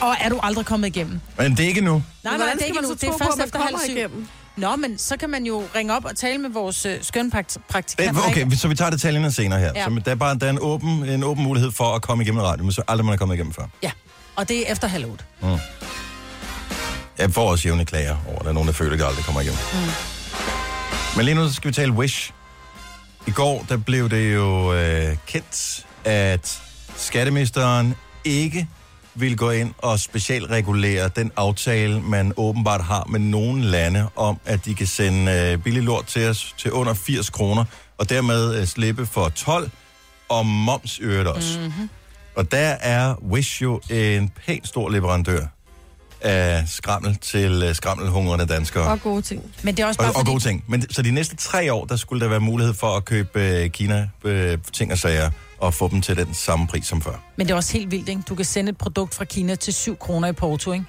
Og er du aldrig kommet igennem? Men det er ikke nu. Nej, Men nej, hvordan det er skal ikke man nu. så Det er tro på, først at man efter halv kommer syv. igennem? Nå, men så kan man jo ringe op og tale med vores øh, skønpraktikant. Det, okay, så vi tager detaljerne senere her. Ja. Ja. Så der er bare der er en, åben, en åben mulighed for at komme igennem radio, men så aldrig man er kommet igennem før. Ja, og det er efter halv otte. Mm. Jeg får også jævne klager over, at der er nogen, der føler, at jeg aldrig kommer igennem. Mm. Men lige nu så skal vi tale Wish. I går der blev det jo øh, kendt, at skatteministeren ikke vil gå ind og specialregulere den aftale, man åbenbart har med nogle lande, om at de kan sende øh, billig lort til os til under 80 kroner, og dermed øh, slippe for 12 og moms i øvrigt også. Mm-hmm. Og der er Wish jo en pænt stor leverandør af skrammel til øh, skrammelhungrende danskere. Og gode ting. Men det er også Og, bare og fordi... gode ting. Men, så de næste tre år, der skulle der være mulighed for at købe øh, Kina-ting og sager, og få dem til den samme pris som før. Men det er også helt vildt, ikke? Du kan sende et produkt fra Kina til 7 kroner i Porto, ikke?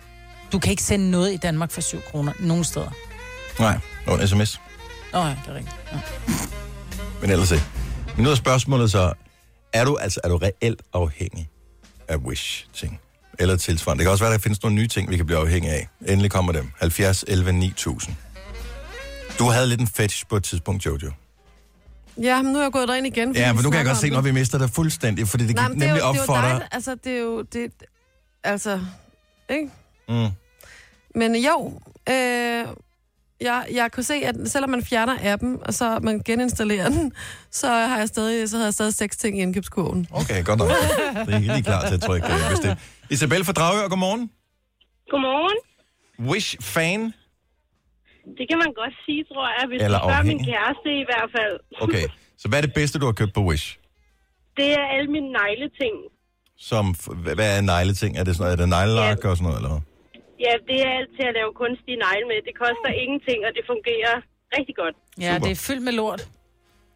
Du kan ikke sende noget i Danmark for 7 kroner nogen steder. Nej, det var en sms. Nå ja, det er rigtigt. Ja. Men ellers ikke. Men nu er spørgsmålet så, er du, altså, er du reelt afhængig af Wish-ting? Eller tilsvarende. Det kan også være, at der findes nogle nye ting, vi kan blive afhængige af. Endelig kommer dem. 70, 11, 9000. Du havde lidt en fetish på et tidspunkt, Jojo. Ja, men nu er jeg gået derind igen. fordi Ja, men vi nu kan jeg snakker godt om se, når vi mister dig fuldstændig, fordi det gik Nej, Nej, men nemlig det er jo, op det er jo for dig, dig. der- Altså, det er jo... Det, altså, Ikke? Mm. Men jo, øh, jeg, jeg kunne se, at selvom man fjerner appen, og så man geninstallerer den, så har jeg stadig, så havde jeg stadig seks ting i indkøbskurven. Okay, godt nok. Det er lige klar til at trykke øh, bestil. Isabel fra Dragør, godmorgen. Godmorgen. Wish-fan. Det kan man godt sige, tror jeg, hvis Eller Eller spørger afhængig. min kæreste i hvert fald. Okay, så hvad er det bedste, du har købt på Wish? Det er alle mine negleting. Som, f- hva- hvad er negleting? Er det sådan noget, er det neglelak og sådan noget, eller hvad? Ja, det er alt til at lave kunstige negle med. Det koster ingenting, og det fungerer rigtig godt. Ja, det er fyldt med lort.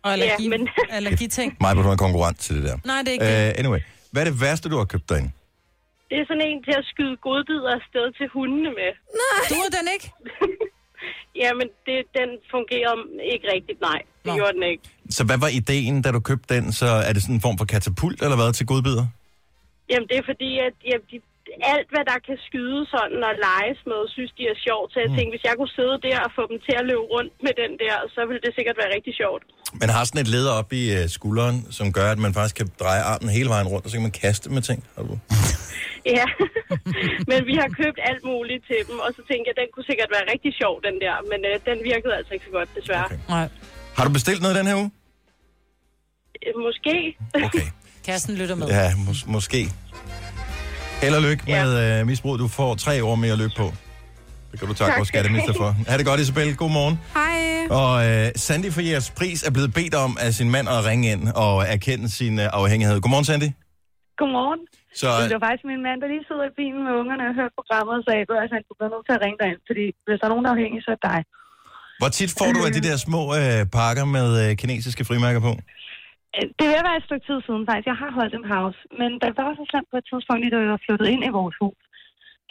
Og allergi, ja, men... [LAUGHS] allergiting. Mig, du er en konkurrent til det der. Nej, det er ikke Uh, anyway, hvad er det værste, du har købt derinde? Det er sådan en til at skyde godbidder afsted til hundene med. Nej! Du er den [LAUGHS] ikke? Jamen, det, den fungerer ikke rigtigt, nej. Det Nå. gjorde den ikke. Så hvad var ideen, da du købte den? Så er det sådan en form for katapult, eller hvad, til godbidder? Jamen, det er fordi, at jamen, de, alt, hvad der kan skyde sådan og leges med, synes de er sjovt. Så jeg Mm. tænkte, hvis jeg kunne sidde der og få dem til at løbe rundt med den der, så ville det sikkert være rigtig sjovt. Man har sådan et leder op i øh, skulderen, som gør, at man faktisk kan dreje armen hele vejen rundt, og så kan man kaste med ting. Har du- Ja, [LAUGHS] men vi har købt alt muligt til dem, og så tænkte jeg, den kunne sikkert være rigtig sjov, den der. Men øh, den virkede altså ikke så godt, desværre. Okay. Nej. Har du bestilt noget den her uge? Øh, Måske. Okay. [LAUGHS] Kassen lytter med. Ja, mås- måske. Held og lykke ja. med øh, misbrug. Du får tre år mere at løbe på. Det kan du takke Tak. vores skatteminister for. Ha' det godt, Isabel. God morgen. Hej. Og øh, Sandy for jeres pris er blevet bedt om af sin mand at ringe ind og erkende sin øh, afhængighed. Godmorgen, Sandy. Godmorgen. Så- øh, Så... Det var faktisk min mand, der lige sidder i bilen med ungerne og hører programmet, og sagde, at han bliver nødt til at ringe dig ind, fordi hvis der er nogen, der er afhængig, så er det dig. Hvor tit får du af de der små øh, pakker med øh, kinesiske frimærker på? Øh, Det vil være et stykke tid siden faktisk. Jeg har holdt dem house, men det var så slemt på et tidspunkt, da vi var flyttet ind i vores hus.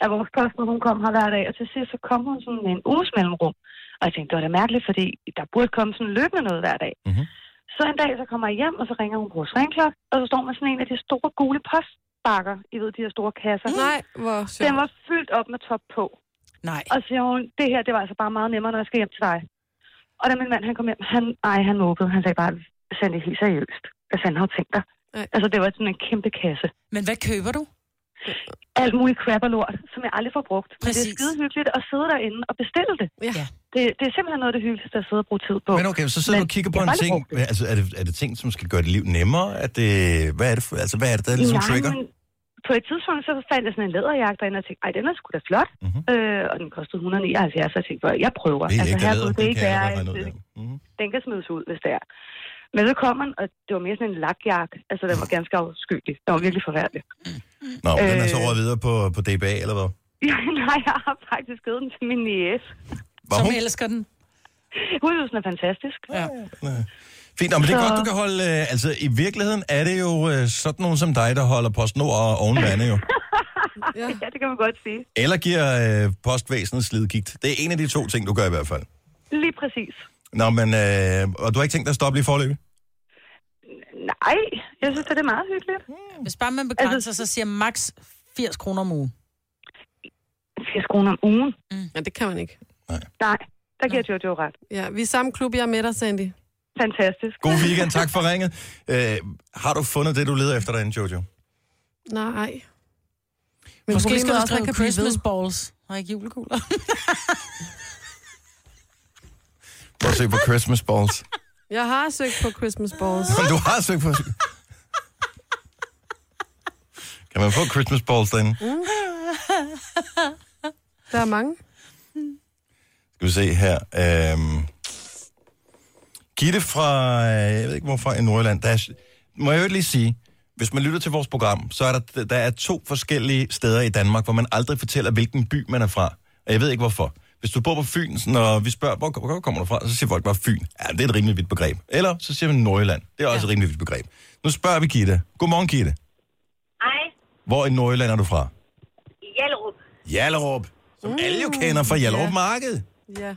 At vores postbud, hun kom her hver dag, og til sidst så kom hun sådan med en uges mellemrum. Og jeg tænkte, det var da mærkeligt, fordi der burde komme sådan løbende noget hver dag. Mm-hmm. Så en dag, så kommer jeg hjem, og så ringer hun på vores ringklok, og så står man sådan en af de store gule postbakker, I ved, de her store kasser. Mm. Nej, hvor sjovt. Den var fyldt op med top på. Nej. Og så siger hun, det her, det var altså bare meget nemmere, når jeg skal hjem til dig. Og da min mand, han kom hjem, han, ej, han måbede. Han sagde bare, send det helt seriøst. Hvad fanden har du tænkt dig? Altså, det var sådan en kæmpe kasse. Men hvad køber du? Alt muligt crap og lort, som jeg aldrig får brugt. Men det Præcis. er skide hyggeligt at sidde derinde og bestille det. Ja. Det, det er simpelthen noget af det hyggeligste at sidde og bruge tid på. Men okay, så sidder du og kigger på jeg en har aldrig ting. Altså, er, det, er det ting, som skal gøre dit liv nemmere? Er det, hvad, er det for, altså, hvad er det, der ligesom Nej, trigger? men På et tidspunkt, så fandt jeg sådan en læderjakke derinde, og tænkte, ej, den er sgu da flot. Mm-hmm. Mhm. Øh, og den kostede 179, så jeg tænkte, "Hvor, jeg prøver. Altså, Det er ægte her læder, kunne det det kan ikke jeg være, godt regne ud, at Mhm. den kan smides ud, hvis det er. Men så kom man, og det var mere sådan en lakjakke. Altså, den var ganske afskyelig. Den var virkelig forfærdelig. Nå, men den er så Øh. råd videre på, på DBA, eller hvad? Ja, [LAUGHS] nej, jeg har faktisk givet den til min niece. Var Som hun- elsker den. Huset er fantastisk. Ja. Fint, nå, men det er Så- godt, du kan holde... øh, Altså, i virkeligheden er det jo øh, sådan nogen som dig, der holder PostNord og oven vande [LAUGHS] jo. ja. ja, det kan man godt sige. Eller giver øh, postvæsenet slidgigt. Det er en af de to ting, du gør i hvert fald. Lige præcis. Nå, men... Øh, og du har ikke tænkt dig at stoppe lige forløbet? Nej, jeg synes, det er meget hyggeligt. Hmm. Altså- Hvis bare man begrænser sig, siger max 80 kroner om ugen. 80 kroner om ugen? Mm. Ja, det kan man ikke. Nej, der giver Jojo ret. Ja, vi er samme klub, jeg er med dig, Sandy. Fantastisk. God weekend, tak for ringet. Øh, har du fundet det, du leder efter derinde, Jojo? Nej. Men Måske problemet skal er også, at du man skrive kan blive Christmas ved. balls og ikke julekugler. Prøv at se på Christmas balls. [LAUGHS] Jeg har søgt på Christmas balls. Men du har søgt på... Kan man få Christmas balls derinde? Mm. Der er mange. Skal vi se her. Øhm, Gitte fra, øh, jeg ved ikke hvorfor, i Nordjylland. Der er, må jeg jo lige sige, hvis man lytter til vores program, så er der, der er to forskellige steder i Danmark, hvor man aldrig fortæller, hvilken by man er fra. Og jeg ved ikke hvorfor. Hvis du bor på Fyn, sådan, og vi spørger, hvor, hvor kommer du fra, så siger folk bare Fyn. Ja, det er et rimelig vidt begreb. Eller så siger man Nordjylland. Det er også ja. et rimelig vidt begreb. Nu spørger vi Gitte. Godmorgen, Gitte. Hej, Hvor i Nordjylland er du fra? Hjallerup. Jallerup. Som mm. alle jo kender fra Jallerup yeah. Marked. Ja.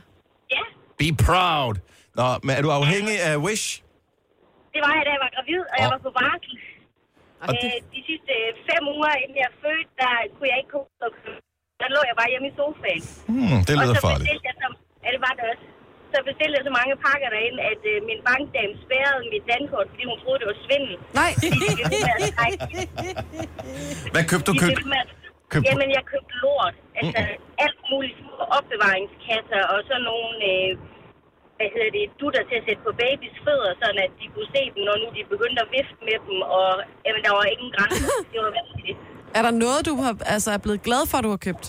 Be proud. Nå, men er du afhængig af Wish? Det var jeg, da jeg var gravid, og jeg var på varsel. Og Øh, de sidste øh, fem uger, inden jeg fødte, der kunne jeg ikke komme ud og købe. Der lå jeg bare hjemme i sofaen. Hmm, det lyder og så farligt. bestilte jeg så, ja, det var det også. Så bestilte jeg så mange pakker derinde, at øh, min bankdame spærrede mit dankort, fordi hun troede, det var svindel. Nej. Fordi de blev ved med at trække, Hvad købte du? de blev Køb... ved med at- Købte- Jamen, jeg købte lort. Altså, alt muligt. Små opbevaringskasser og sådan nogle, øh, hvad hedder det, dutter til at sætte på babys fødder, sådan at de kunne se dem, når nu de begyndte at vifte med dem. Og jamen, der var ingen [LAUGHS] grænse. Det var vanvittigt. Er der noget, du har, altså, er blevet glad for, du har købt?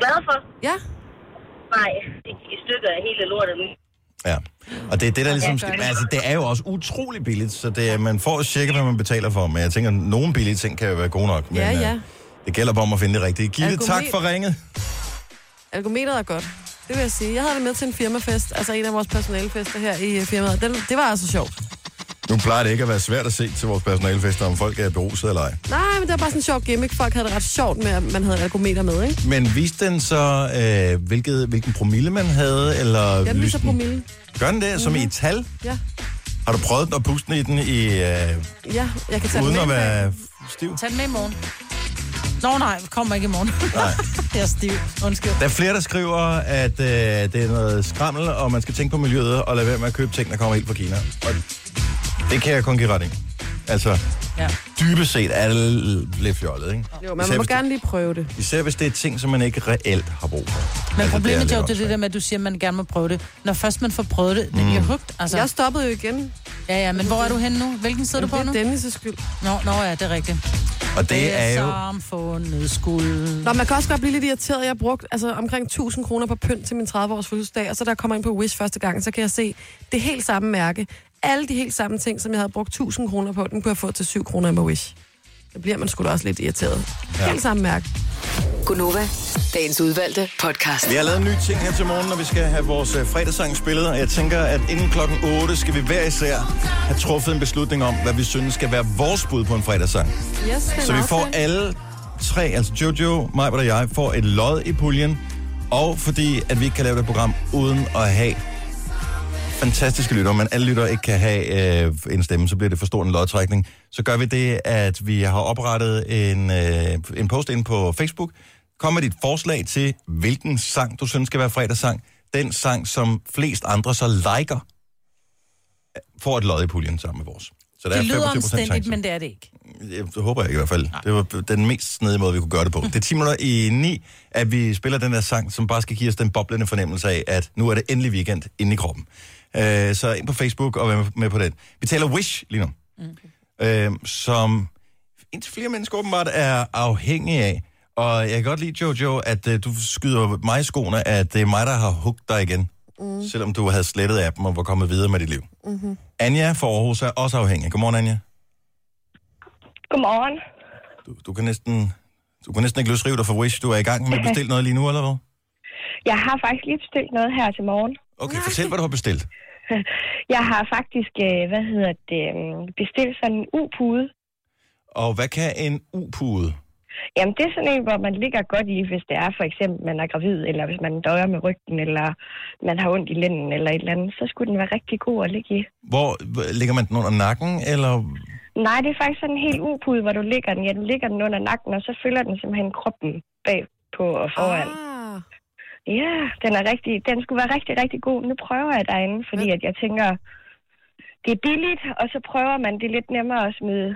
Glad for? Ja. Nej, det gik i stykker af hele lortet. Og det er det, der ligesom... Ja, det er det. Altså, det er jo også utrolig billigt, så det, man får cirka, hvad man betaler for. Men jeg tænker, at nogle billige ting kan jo være gode nok. Men, Ja, øh, ja. Det gælder bare om at finde det rigtige. Gitte, Ergomet- tak for ringet. Ergometeret er godt. Det vil jeg sige. Jeg havde det med til en firmafest, altså en af vores personalefester her i øh, firmaet. Den, det var altså sjovt. Nu plejer det ikke at være svært at se til vores personalefester, om folk er beruset eller ej. Nej, men det var bare sådan en sjov gimmick. Folk havde det ret sjovt med, at man havde et ergometer med, ikke? Men viste den så, øh, hvilket, hvilken promille man havde? Eller Jeg viser lyste den- promille. Gør den det, som i et tal? Ja. Har du prøvet den at puste den i den, i, øh, Ja, jeg kan tage uden den at med. [LAUGHS] være stiv? Tag den med i morgen. Nå nej, kommer ikke i morgen. Nej. [LAUGHS] jeg er stiv. Undskyld. Der er flere, der skriver, at øh, det er noget skrammel, og man skal tænke på miljøet, og lade være med at købe ting, der kommer helt fra Kina. Og det kan jeg kun give ret i. Altså, ja. dybest set er det l- lidt fjollet, ikke? Jo, men især, man må hvis det, gerne lige prøve det. især hvis det er ting, som man ikke reelt har brug for. Altså, Men problemet lidt er jo det, er det der med, at du siger, at man gerne må prøve det. Når først man får prøvet det, det Mm. bliver hugt. Altså. Jeg stoppede jo igen. Ja, ja, men hvor er du henne nu? Hvilken sidder du på nu? Det er Dennis' skyld. Nå, nå ja, det er rigtigt. Og det er jo- Samfundet skulle... Nå, man kan også godt blive lidt irriteret. Jeg har brugt altså, omkring 1000 kroner på pynt til min 30-års fødselsdag, og så da jeg kommer ind på Wish første gang, så kan jeg se det helt samme mærke. Alle de helt samme ting, som jeg havde brugt 1000 kroner på, den kunne jeg få til 7 kroner på Wish. Der bliver man sgu da også lidt irriteret. Ja. Ja. Helt samme mærke. Gunova, dagens udvalgte podcast. Vi har lavet en ny ting her til morgen, når vi skal have vores øh, fredagssang spillet, og jeg tænker, at inden klokken 8 skal vi hver især have truffet en beslutning om, hvad vi synes skal være vores bud på en fredagssang. Yes, det er Så vi en får aftale. alle tre, altså Jojo, mig og jeg, får et lod i puljen. Og fordi, at vi ikke kan lave det program uden at have fantastiske lyttere, men alle lyttere ikke kan have øh, en stemme, så bliver det for stor en lodtrækning. Så gør vi det, at vi har oprettet en, øh, en post ind på Facebook. Kom med dit forslag til, hvilken sang du synes skal være fredagssang. Den sang, som flest andre så liker, får et lod i puljen sammen med vores. Så der Det er lyder 25% omstændigt, chance. men det er det ikke. Jeg det håber jeg ikke i hvert fald. Det var den mest snedige måde, vi kunne [LAUGHS] gøre det på. Det er 10 minutter i 9, at vi spiller den der sang, som bare skal give os den boblende fornemmelse af, at nu er det endelig weekend inde i kroppen. Øh, så ind på Facebook og vær med på den. Vi taler Wish lige nu, mm. øh, som indtil flere mennesker åbenbart er afhængige af. Og jeg kan godt lide, Jojo, at øh, du skyder mig i skoene, at det er mig, der har hugt dig igen. Mm. Selvom du havde slettet appen og var kommet videre med dit liv. Mm-hmm. Anja fra Aarhus er også afhængig. Godmorgen, Anja. Godmorgen. Du kan næsten, du kan næsten ikke løsrive dig fra Wish. Du er i gang med at bestille noget lige nu, eller hvad? Jeg har faktisk lige bestilt noget her til morgen. [LAUGHS] Okay, fortæl, hvad du har bestilt. Jeg har faktisk, øh, hvad hedder det, øhm, bestilt sådan en upude. Og hvad kan en upude? Jamen, det er sådan en, hvor man ligger godt i, hvis det er for eksempel, man er gravid, eller hvis man døjer med ryggen, eller man har ondt i lænden, eller et eller andet. Så skulle den være rigtig god at ligge i. Hvor ligger man den under nakken, eller... Nej, det er faktisk sådan en helt upude, hvor du ligger den. Ja, du ligger den under nakken, og så følger den simpelthen kroppen bag på og foran. Ah. Ja, den er rigtig, den skulle være rigtig, rigtig god. Nu prøver jeg derinde, fordi at jeg tænker, det er billigt, og så prøver man det er lidt nemmere at smide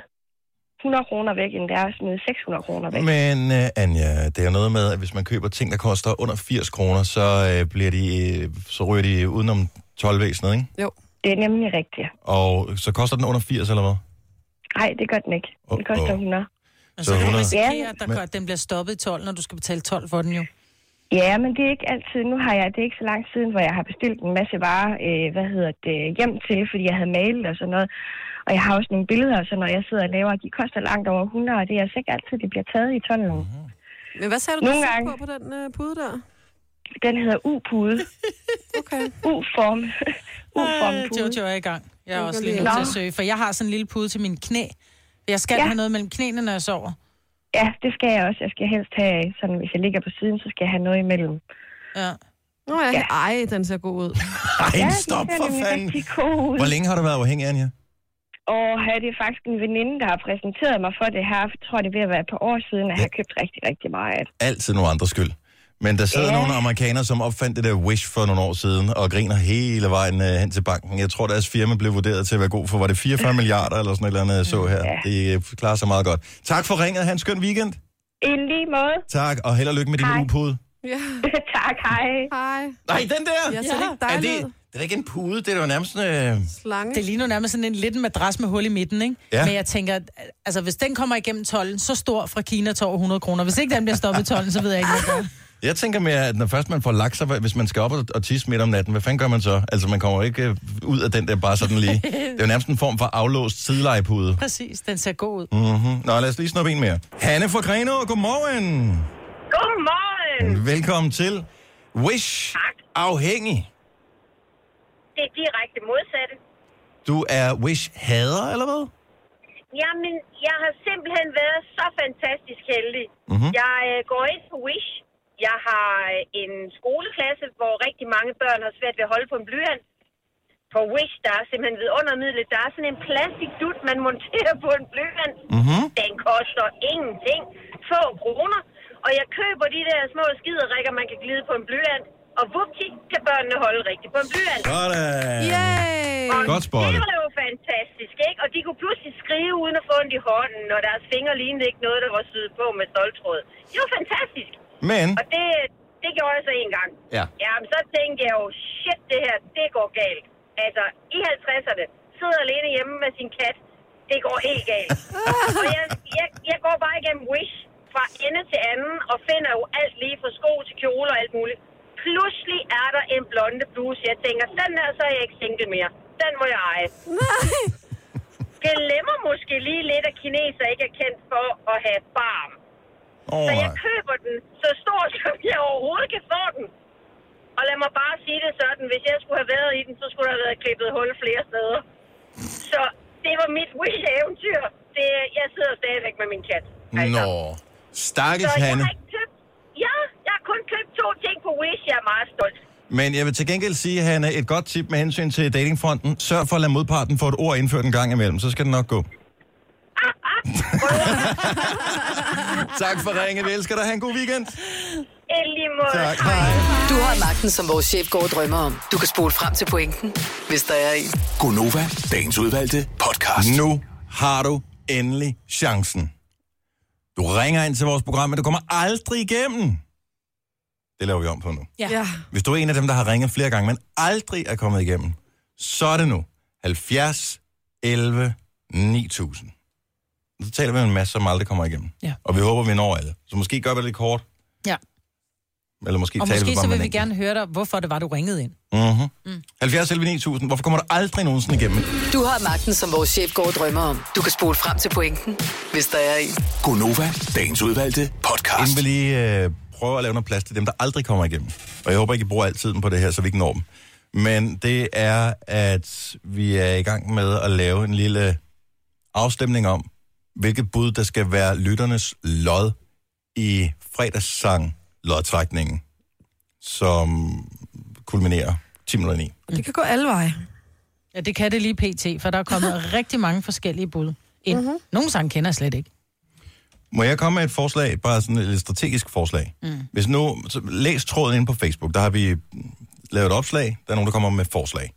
100 kroner væk, end det er at smide 600 kroner væk. Men uh, Anja, det er noget med, at hvis man køber ting, der koster under 80 kroner, så, uh, bliver de, uh, så ryger de udenom 12-væsenet, ikke? Jo. Det er nemlig rigtigt. Og så koster den under 80, eller hvad? Nej, det gør den ikke. Den koster 100. Så Du 100. risikerer, at der Men- gør, at den bliver stoppet i 12, når du skal betale 12 for den jo. Ja, men det er ikke altid. Nu har jeg, det er ikke så lang tid siden, hvor jeg har bestilt en masse varer, øh, hvad hedder det, hjem til, fordi jeg havde malet og sådan noget. Og jeg har også nogle billeder, så når jeg sidder og laver, de koster langt over 100, og det er altså ikke altid, de bliver taget i tunnelen. Mhm. Men hvad sagde du, du Nogle satte gange. på på den øh, pude der? Den hedder U-pude. Okay. [LAUGHS] U-form. U-form Øh, pude. Jojo er i gang. Jeg er Det også går lige lige nødt til at ind. søge, for jeg har sådan en lille pude til min knæ. Jeg skal Ja. ja. have noget mellem knæene, når jeg sover. Ja, det skal jeg også. Jeg skal helst have, sådan hvis jeg ligger på siden, så skal jeg have noget imellem. Ja. Nå, jeg ja. Ej, den ser god ud. Ej, stop for fanden. Cool. Hvor længe har du været afhængig, Anja? Og her, det er faktisk en veninde, der har præsenteret mig for det her. Jeg tror, det er ved at være et par år siden, at jeg har købt rigtig, rigtig meget. af det. Altid nogle andres skyld. Men der sidder Ja. ja. nogle amerikanere, som opfandt det der Wish for nogle år siden, og griner hele vejen øh, hen til banken. Jeg tror, deres firma blev vurderet til at være god for, var det 44 milliarder eller sådan et eller andet, jeg så her. Ja. Det øh, klarer sig meget godt. Tak for ringet. Ha' en skøn weekend. I lige måde. Tak, og held og lykke med din upude. [LAUGHS] Ja. tak, hej. Hej. Nej, den der! Jeg ser ja. ikke Er dejlig ud. det, det er da ikke en pude, det er jo nærmest... Øh... Slange. Det ligner nærmest sådan en lidt en madras med hul i midten, ikke? Ja. Men jeg tænker, at, altså hvis den kommer igennem tolden, så stor fra Kina tog 100 kroner. Hvis ikke den bliver stoppet i tolden, så ved jeg ikke, hvad jeg gør. Jeg tænker mere, at når først man får lagt sig, hvis man skal op og, og tisse midt om natten, hvad fanden gør man så? Altså, man kommer jo ikke øh, ud af den der bare sådan [LAUGHS] lige. Det er jo nærmest en form for aflåst sidelejepude. Præcis, den ser god ud. Mm-hmm. Nå, lad os lige snuppe en mere. Hanne fra Grenå, godmorgen. Mm. Godmorgen! Velkommen til Wish Afhængig. Det er direkte modsatte. Du er Wish-hader, eller hvad? Jamen, jeg har simpelthen været så fantastisk heldig. Mhm. Jeg øh, går ind på Wish. Jeg har øh, en skoleklasse, hvor rigtig mange børn har svært ved at holde på en blyant. På Wish, der er simpelthen vidundermidlet. Der er sådan en plastikdut, man monterer på en blyant. Mhm. Den koster ingenting. Få kroner. Og jeg køber de der små skiderikker, man kan glide på en blyant. Og vupti, kan børnene holde rigtigt på en blyant. Sådan. Yay! Godt spottet. Det var jo fantastisk, ikke? Og de kunne pludselig skrive uden at få ondt i hånden, og deres fingre lignede ikke noget, der var syet på med stoltråd. Det var fantastisk. Men... Og det, det gjorde jeg så en gang. Ja. Jamen, så tænkte jeg jo, shit, det her, det går galt. Altså, i 50'erne, sidder alene hjemme med sin kat, det går helt galt. og jeg, jeg, jeg går bare igennem Wish fra ende til anden, og finder jo alt lige fra sko til kjole og alt muligt. Pludselig er der en blonde bluse, jeg tænker, den her, så er jeg ikke single mere. Den må jeg eje. Nej. Glemmer måske lige lidt, at kineser ikke er kendt for at have barm. Oh, Så jeg køber den så stor, [LAUGHS] som jeg overhovedet kan få den. Og lad mig bare sige det sådan, hvis jeg skulle have været i den, så skulle der have været klippet hul flere steder. Så det var mit wish-eventyr. Det, jeg sidder stadigvæk med min kat. Nå. Stakkels så jeg Hanne. har ikke købt... Ja, jeg har kun købt to ting på Wish, jeg er meget stolt. Men jeg vil til gengæld sige, Hanne, et godt tip med hensyn til datingfronten. Sørg for at lade modparten få et ord indført en gang imellem, så skal det [LAUGHS] nok gå. tak for ringen. Vi elsker dig. Ha' en god weekend. Tak. Hej. Du har magten, som vores chef går og drømmer om. Du kan spole frem til pointen, hvis der er en. Gonova, dagens udvalgte podcast. Nu har du endelig chancen. Du ringer ind til vores program, men du kommer aldrig igennem. Det laver vi om på nu. Ja. [LAUGHS] ja. Hvis du er en af dem, der har ringet flere gange, men aldrig er kommet igennem, så er det nu. 70 11 9000. Så taler vi med en masse, som aldrig kommer igennem. Ja. Og vi håber, vi når alle. Så måske gør vi det lidt kort, Ja. eller måske Og taler måske vi bare så med vil vi gerne høre dig, hvorfor det var, du ringede ind. gerne... Mm-hmm. 70 11 9000. Hvorfor kommer du aldrig nogensinde igennem? Du har magten, som vores chef går og drømmer om. Du kan spole frem til pointen, hvis der er en. Gonova, dagens udvalgte podcast. Inden vi lige øh, prøver at lave noget plads til dem, der aldrig kommer igennem. Og jeg håber ikke, I bruger al tiden på det her, så vi ikke når dem. Men det er, at vi er i gang med at lave en lille afstemning om, hvilket bud, der skal være lytternes lod i fredagssang lodtrækningen, som kulminerer 10 minutter i. Og det kan gå alle veje. Ja, det kan det lige pt, for der er [LAUGHS] kommet rigtig mange forskellige bud ind. Mm-hmm. Nogle sange kender jeg slet ikke. Må jeg komme med et forslag, bare sådan et lidt strategisk forslag? Mm. Hvis nu, så læs tråden ind på Facebook, der har vi mm, lavet et opslag, der er nogen, der kommer med forslag.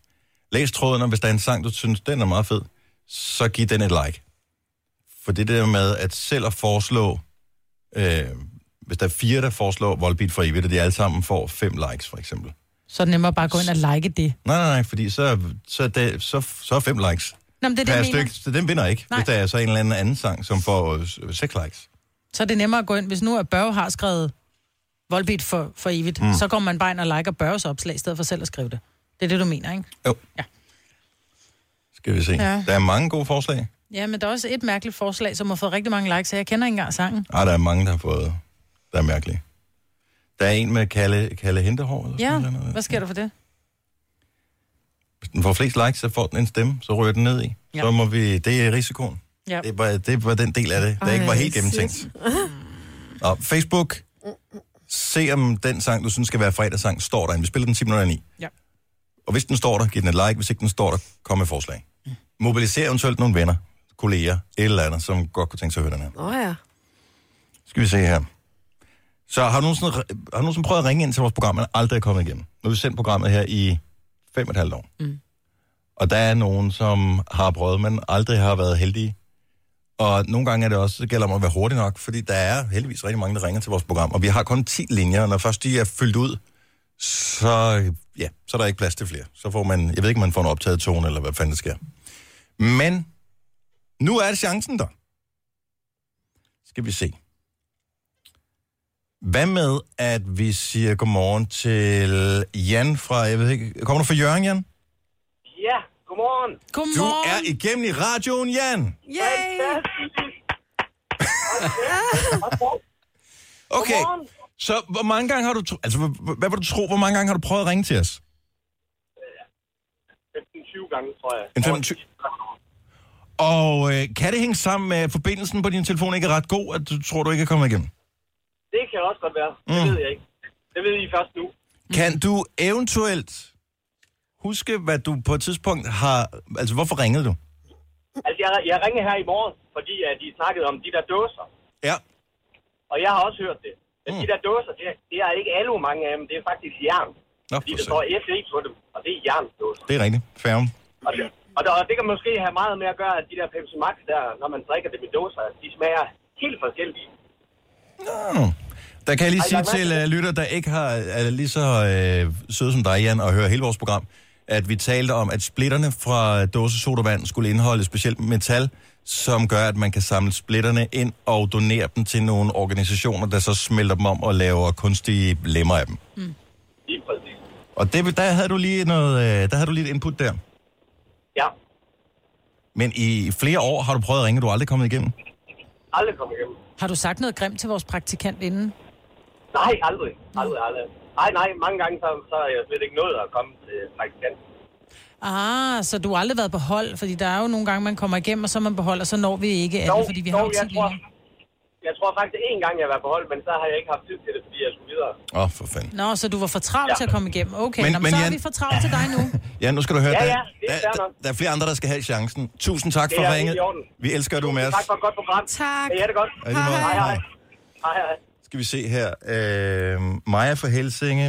Læs tråden, og hvis der er en sang, du synes, den er meget fed, så giv den et like. For det der med at selv at foreslå, øh, hvis der er fire, der foreslår Volbeat for evigt, og de alle sammen får fem likes, for eksempel. Så er det nemmere bare at gå ind og like det. Nej, nej, nej, fordi så, så, er det, så, så er fem likes. Nå, men det er det, per jeg mener. stykke, så den vinder ikke, Nej. hvis der er så en eller anden anden sang, som får øh, seks likes. Så er det nemmere at gå ind, hvis nu at Børge har skrevet Volbeat for, for evigt, mm. Mm. så går man bare ind og liker Børges opslag, i stedet for selv at skrive det. Det er det, du mener, ikke? Skal vi se. Ja. Ja. Der er mange gode forslag. Ja, men der er også et mærkeligt forslag, som har fået rigtig mange likes, så jeg kender ikke engang sangen. Ah, der er mange, der har fået. Der er mærkelige. Der er en med Kalle, Kalle Hentehår. Eller Ja, sådan noget. hvad sker der for det? Hvis den får flest likes, så får den en stemme, så ryger den ned i. Ja. Ja. Så må vi... Det er risikoen. Ja. Det var, det var den del af det, der Ej, ikke var helt gennemtænkt. Og Facebook, se om den sang, du synes skal være fredagssang, står derinde. Vi spiller den 10 minutter i. Ja. Og hvis den står der, giv den et like. Hvis ikke den står der, kom med forslag. Mm. Mobiliser eventuelt nogle venner, kolleger, et eller andet, som godt kunne tænke sig at høre den her. Nå ja. Skal vi se her. Så har du, nogensinde, har du nogensinde prøvet at ringe ind til vores program, men aldrig er kommet igennem? Nu har vi sendt programmet her i fem og et halvt år. Mm. Og der er nogen, som har prøvet, men aldrig har været heldige. Og nogle gange er det også, det gælder om at være hurtig nok, fordi der er heldigvis rigtig mange, der ringer til vores program, og vi har kun 10 linjer, og når først de er fyldt ud, så, ja, så er der ikke plads til flere. Så får man, jeg ved ikke, om man får en optaget tone, eller hvad fanden der sker. Men nu er chancen der. Skal vi se. Hvad med, at vi siger godmorgen til Jan fra, jeg ved ikke, kommer du fra Jørgen, Jan? Ja, godmorgen. Du er igennem i radioen, Jan. Yay! Okay, så hvor mange gange har du, tro- altså hvor- hvor- hvad vil du tro, hvor mange gange har du prøvet at ringe til os? 15-20 gange, tror jeg. En 25? Og øh, kan det hænge sammen med, at forbindelsen på din telefon ikke er ret god, at du tror, du ikke er kommet igennem? Det kan også godt være. Det Mm. ved jeg ikke. Det ved I først nu. Kan du eventuelt huske, hvad du på et tidspunkt har... Altså, hvorfor ringede du? Altså, jeg, jeg ringede her i morgen, fordi at I snakkede om de der dåser. Ja. Og jeg har også hørt det. Men mm. de der dåser, det, det er ikke alu mange af dem. Det er faktisk jern. Nå, fordi for der står FE på dem, og det er jerndåser. Det er rigtigt. Færgen. Og det, og, der, og det kan måske have meget med at gøre, at de der Pepsi Max der, når man drikker dem i dåser, de smager helt forskellige. Mm. Der kan jeg lige Ej, sige der er til masser- uh, lytter, der ikke har, er lige så øh, søde som dig, Jan, og hører hele vores program, at vi talte om, at splitterne fra dåsesodavand skulle indeholde specielt metal, som gør, at man kan samle splitterne ind og donere dem til nogle organisationer, der så smelter dem om og laver kunstige lemmer af dem. Lige præcis. Og det, der havde du lige noget, øh, der havde du lige et input der. Ja. Men i flere år har du prøvet at ringe, og du er aldrig kommet igennem. Aldrig kommet igennem. Har du sagt noget grimt til vores praktikant inden? Nej, aldrig. Aldrig, aldrig. Nej, nej, mange gange, så, så er jeg slet ikke nået at komme til praktikanten. Ah, så du har aldrig været på hold, fordi der er jo nogle gange, man kommer igennem, og så er man på hold, og så når vi ikke alle, fordi vi har jo jeg, ti tror, linjer. jeg tror faktisk, en gang jeg var på hold, men så har jeg ikke haft tid til det, fordi jeg skulle videre. Åh, oh, for fanden. Nå, så du var for travlt Ja. ja. til at komme igennem. Okay, Men- men, Nå, men men så er Jan- vi for travlt til dig [LAUGHS] nu. Ja, nu skal du høre, Ja, der, ja, det er der, fair der, nok. der er flere andre, der skal have chancen. Tusind tak Det for er helt ringet. i orden. Vi elsker, at du er med os. Tak for et godt program. Tak. Ja, det er godt. Ja, i lige måde. Hej, hej. Hej, hej. Skal vi se her. Øh, Maja fra Helsinge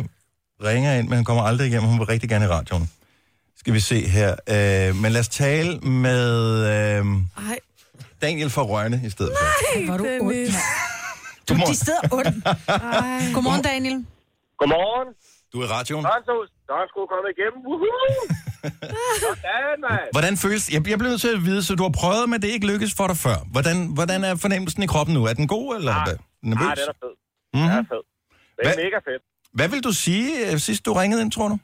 ringer ind, men hun kommer aldrig igennem. Hun vil rigtig gerne i radioen. Skal vi se her. Øh, men lad os tale med øh, Ej. Daniel fra Rønne i stedet for. Ej, hvor er du ond, mand. Du er Godmorgen. de steder ond. Godmorgen, Daniel. Godmorgen. Du er i radioen. Sådan så, så er han sgu kommet igennem. Woohoo! [LAUGHS] Sådan, mand. Hvordan føles Jeg, jeg bliver nødt til at vide, så du har prøvet, men det ikke lykkedes for dig før. Hvordan, hvordan er fornemmelsen i kroppen nu? Er den god, eller ah, Ah, nervøs? den er fed. Mhm. Den er fed. Den er Hvad- mega fed. Hvad vil du sige, øh, sidst du ringede ind, tror du?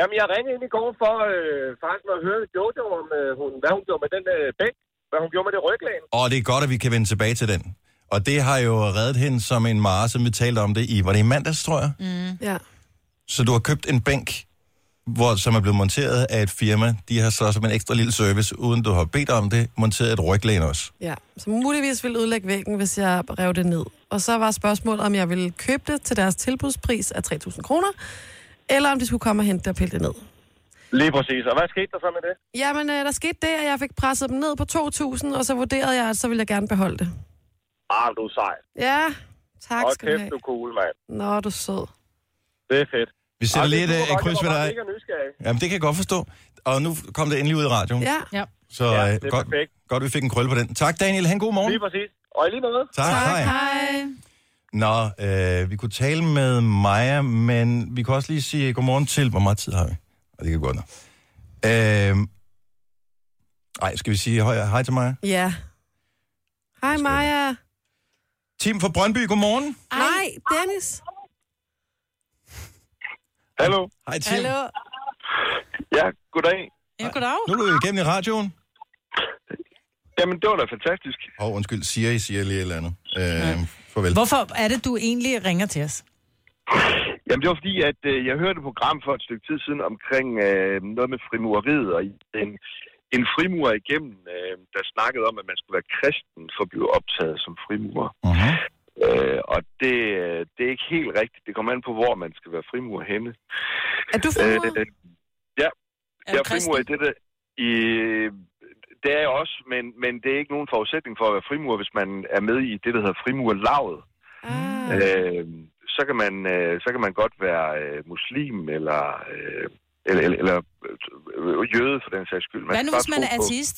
Jamen, jeg ringede ind i går for øh, faktisk at høre Jojo om, øh, hun, hvad hun gjorde med den øh, bæk, hvad hun gjorde med det ryglæn. Og det er godt, at vi kan vende tilbage til den. Og det har jo reddet hende som en mare, som vi talte om det i. Var det i mandags, tror jeg? Mm. Ja. Så du har købt en bænk, hvor, som er blevet monteret af et firma. De har så som en ekstra lille service, uden du har bedt om det, monteret et ryglæn også. Ja, så muligvis ville udlægge væggen, hvis jeg rev det ned. Og så var spørgsmålet, om jeg ville købe det til deres tilbudspris af 3.000 kroner, eller om de skulle komme og hente det og pille det ned. Lige præcis. Og hvad skete der så med det? Jamen, øh, der skete det, at jeg fik presset dem ned på 2.000, og så vurderede jeg, at så ville jeg gerne beholde det. Ah, du er sej. Ja, tak Og skal du kæft, have. du er cool, mand. Nå, du er sød. Det er fedt. Vi sætter Ej, det lige et, kunne øh, godt, kryds jeg ved var bare dig. mega nysgerrig. Jamen, det kan jeg godt forstå. Og nu kom det endelig ud i radioen. Ja. ja. Så Ja, ja, det er godt, perfekt. godt, vi fik en krølle på den. Tak, Daniel. Han god morgen. Lige præcis. Og i lige måde. Tak, Tak, hej. hej. Nå, øh, vi kunne tale med Maja, men vi kan også lige sige godmorgen til... Hvor meget tid har vi? Og det kan gå nok. Øh, ej, skal vi sige hej, hej til Maja? Ja. Hej, Maja. Tim fra Brøndby, godmorgen. Nej, Dennis. Hallo. Hej, Tim. Hallo. Ja, goddag. Ja, goddag. Nu er du igennem i radioen. Jamen, det var da fantastisk. Åh, oh, undskyld, Siri siger lige et eller andet. Øh, Farvel. Hvorfor er det, du egentlig ringer til os? Jamen, det var fordi, at øh, jeg hørte et program for et stykke tid siden omkring øh, noget med frimureriet, og en, en frimurer igennem, øh, der snakkede om, at man skulle være kristen for at blive optaget som frimurer. Uh-huh. Øh, og det, øh, det er ikke helt rigtigt. Det kommer an på, hvor man skal være frimurer henne. Er du frimurer? Øh, ja. Er jeg du er frimurer i det der... I, det er jeg også, men, men det er ikke nogen forudsætning for at være frimurer, hvis man er med i det, der hedder frimurerlaget. Ah. Øh, så, kan man, øh, så kan man godt være øh, muslim eller, øh, eller, eller, eller øh, jøde for den sags skyld. Hvad skal nu, bare hvis man tro er på- artist?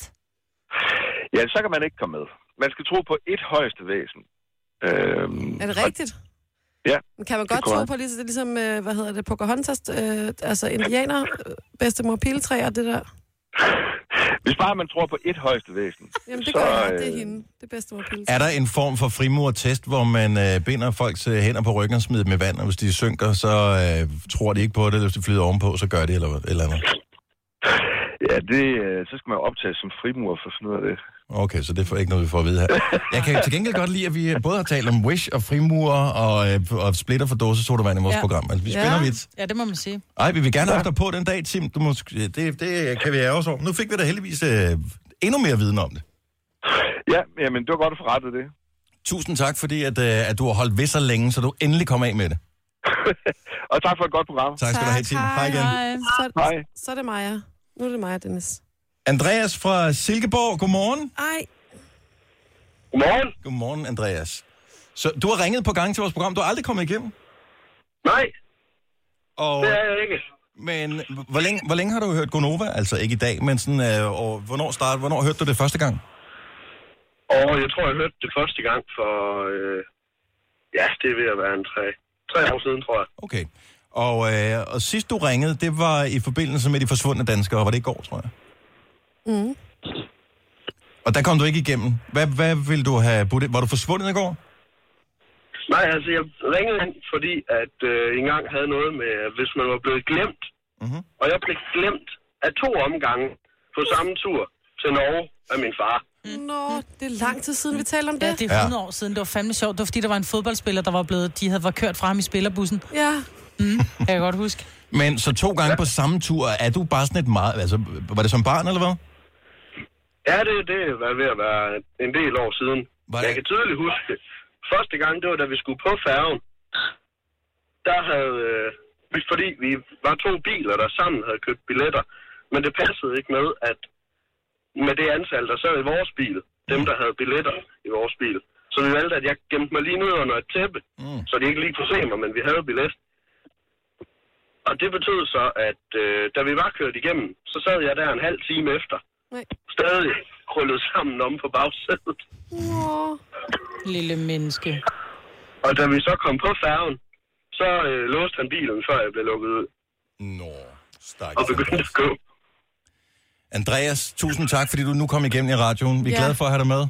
Ja, så kan man ikke komme med. Man skal tro på et højeste væsen. Øh, Er det rigtigt? ja, Men Kan man Det er godt tro korrekt. på, lige- ligesom, øh, hvad hedder det, Pocahontas, øh, altså indianer, øh, bedstemor piletræ og det der? hvis bare man tror på et højeste væsen. Jamen, det så, gør jeg, det øh, er hende, det er bedstemor piletræ. Er der en form for frimurtest, hvor man øh, binder folks øh, hænder på ryggen og smider dem i vand, og hvis de synker, så øh, tror de ikke på det, eller hvis de flyder ovenpå, så gør de eller et eller andet? Ja, det, øh, så skal man jo optages som frimurer for sådan noget af det. Okay, så det er ikke noget, vi får at vide her. Jeg kan til gengæld godt lide, at vi øh, både har talt om Wish og frimurer og, øh, og splitter for dåse sodavand i vores ja. program. Altså, vi spænder ja. ja. vidt. Ja, det må man sige. Ej, vi vil gerne have dig på den dag, Tim. Du må, sk- det, det kan vi have os over. Nu fik vi da heldigvis øh, endnu mere viden om det. Ja, jamen, det var godt forrettet det. Tusind tak, fordi at, øh, at du har holdt ved så længe, så du endelig kom af med det. [LAUGHS] Og tak for et godt program. Tak skal du have, Tim. Hej igen. Hej. Så, Hej. så er det Maja. Nu er det Maja, Dennis. Andreas fra Silkeborg, godmorgen. Ej, Godmorgen. Godmorgen, Andreas. Så du har ringet på gang til vores program. Du har aldrig kommet igennem? Nej. Og, Det er jeg ikke. Men h- hvor længe, hvor længe har du hørt Gonova? Altså ikke i dag, men sådan, øh, og hvornår, start, hvornår hørte du det første gang? Og jeg tror, jeg hørte det første gang for... Øh, ja, det er ved at være en tre, tre år siden, tror jeg. Okay. Og, øh, og sidst du ringede, det var i forbindelse med de forsvundne danskere. Var det i går, tror jeg? Mm. Og der kom du ikke igennem. Hvad, hvad ville du have budt? Var du forsvundet i går? Nej, altså jeg ringede ind, fordi at øh, engang havde noget med, at hvis man var blevet glemt. Mhm. Og jeg blev glemt af to omgange på samme tur til Norge af min far. Mm. Nå, det er lang tid siden, vi talte om det. Ja, det er 100 år siden. Det var fandme sjovt. Det var fordi, der var en fodboldspiller, der var blevet... De havde var kørt fra ham i spillerbussen. Ja. Mm, kan jeg godt huske. [LAUGHS] Men så to gange på samme tur, er du bare sådan et meget... Altså, var det som barn, eller hvad? Ja, det, det var ved at være en del år siden. Jeg kan tydeligt huske det. Første gang, det var da vi skulle på færgen. Der havde... Øh, vi- fordi vi var to biler, der sammen havde købt billetter. Men det passede ikke med, at med det antal, der sad i vores bil, dem, der havde billetter i vores bil. Så vi valgte, at jeg gemte mig lige ned under et tæppe, mm. så de ikke lige kunne se mig, men vi havde billet. Og det betød så, at øh, da vi var kørt igennem, så sad jeg der en halv time efter stadig krøllet sammen om på bagsædet. Nå. Lille menneske. Og da vi så kom på færgen, så øh, låste han bilen, før jeg blev lukket ud. Nå, stak. Og begyndte at gå. Andreas, tusind tak, fordi du nu kom igennem i radioen. Vi er Ja. ja. glade for at have dig med.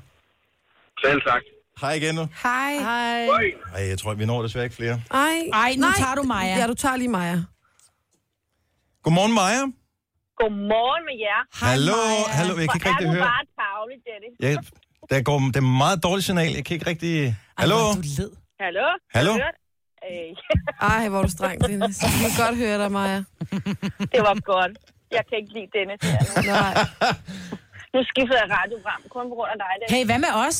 Selv tak. Hej igen nu. Hej. Hej. Ej, jeg tror, vi når desværre ikke flere. Ej, Ej, nu tager du Maja. Ja, du tager lige Maja. Godmorgen, Maja. Godmorgen med jer. Hallo, hallo, jeg kan ikke rigtig Hvor er høre. du bare tavlig, Dennis. Jeg, der går, det er et meget dårligt signal. Jeg kan ikke rigtig... Hallo? Hallo? Hallo? Har du hørt? Øh, Ej, hvor er du streng, Dennis. Jeg kan godt høre dig, Maja. det var godt. Jeg kan ikke lide Dennis. Nej. Nu skifter jeg radioprogram kun på grund af dig, Dennis. Hey, hvad med os?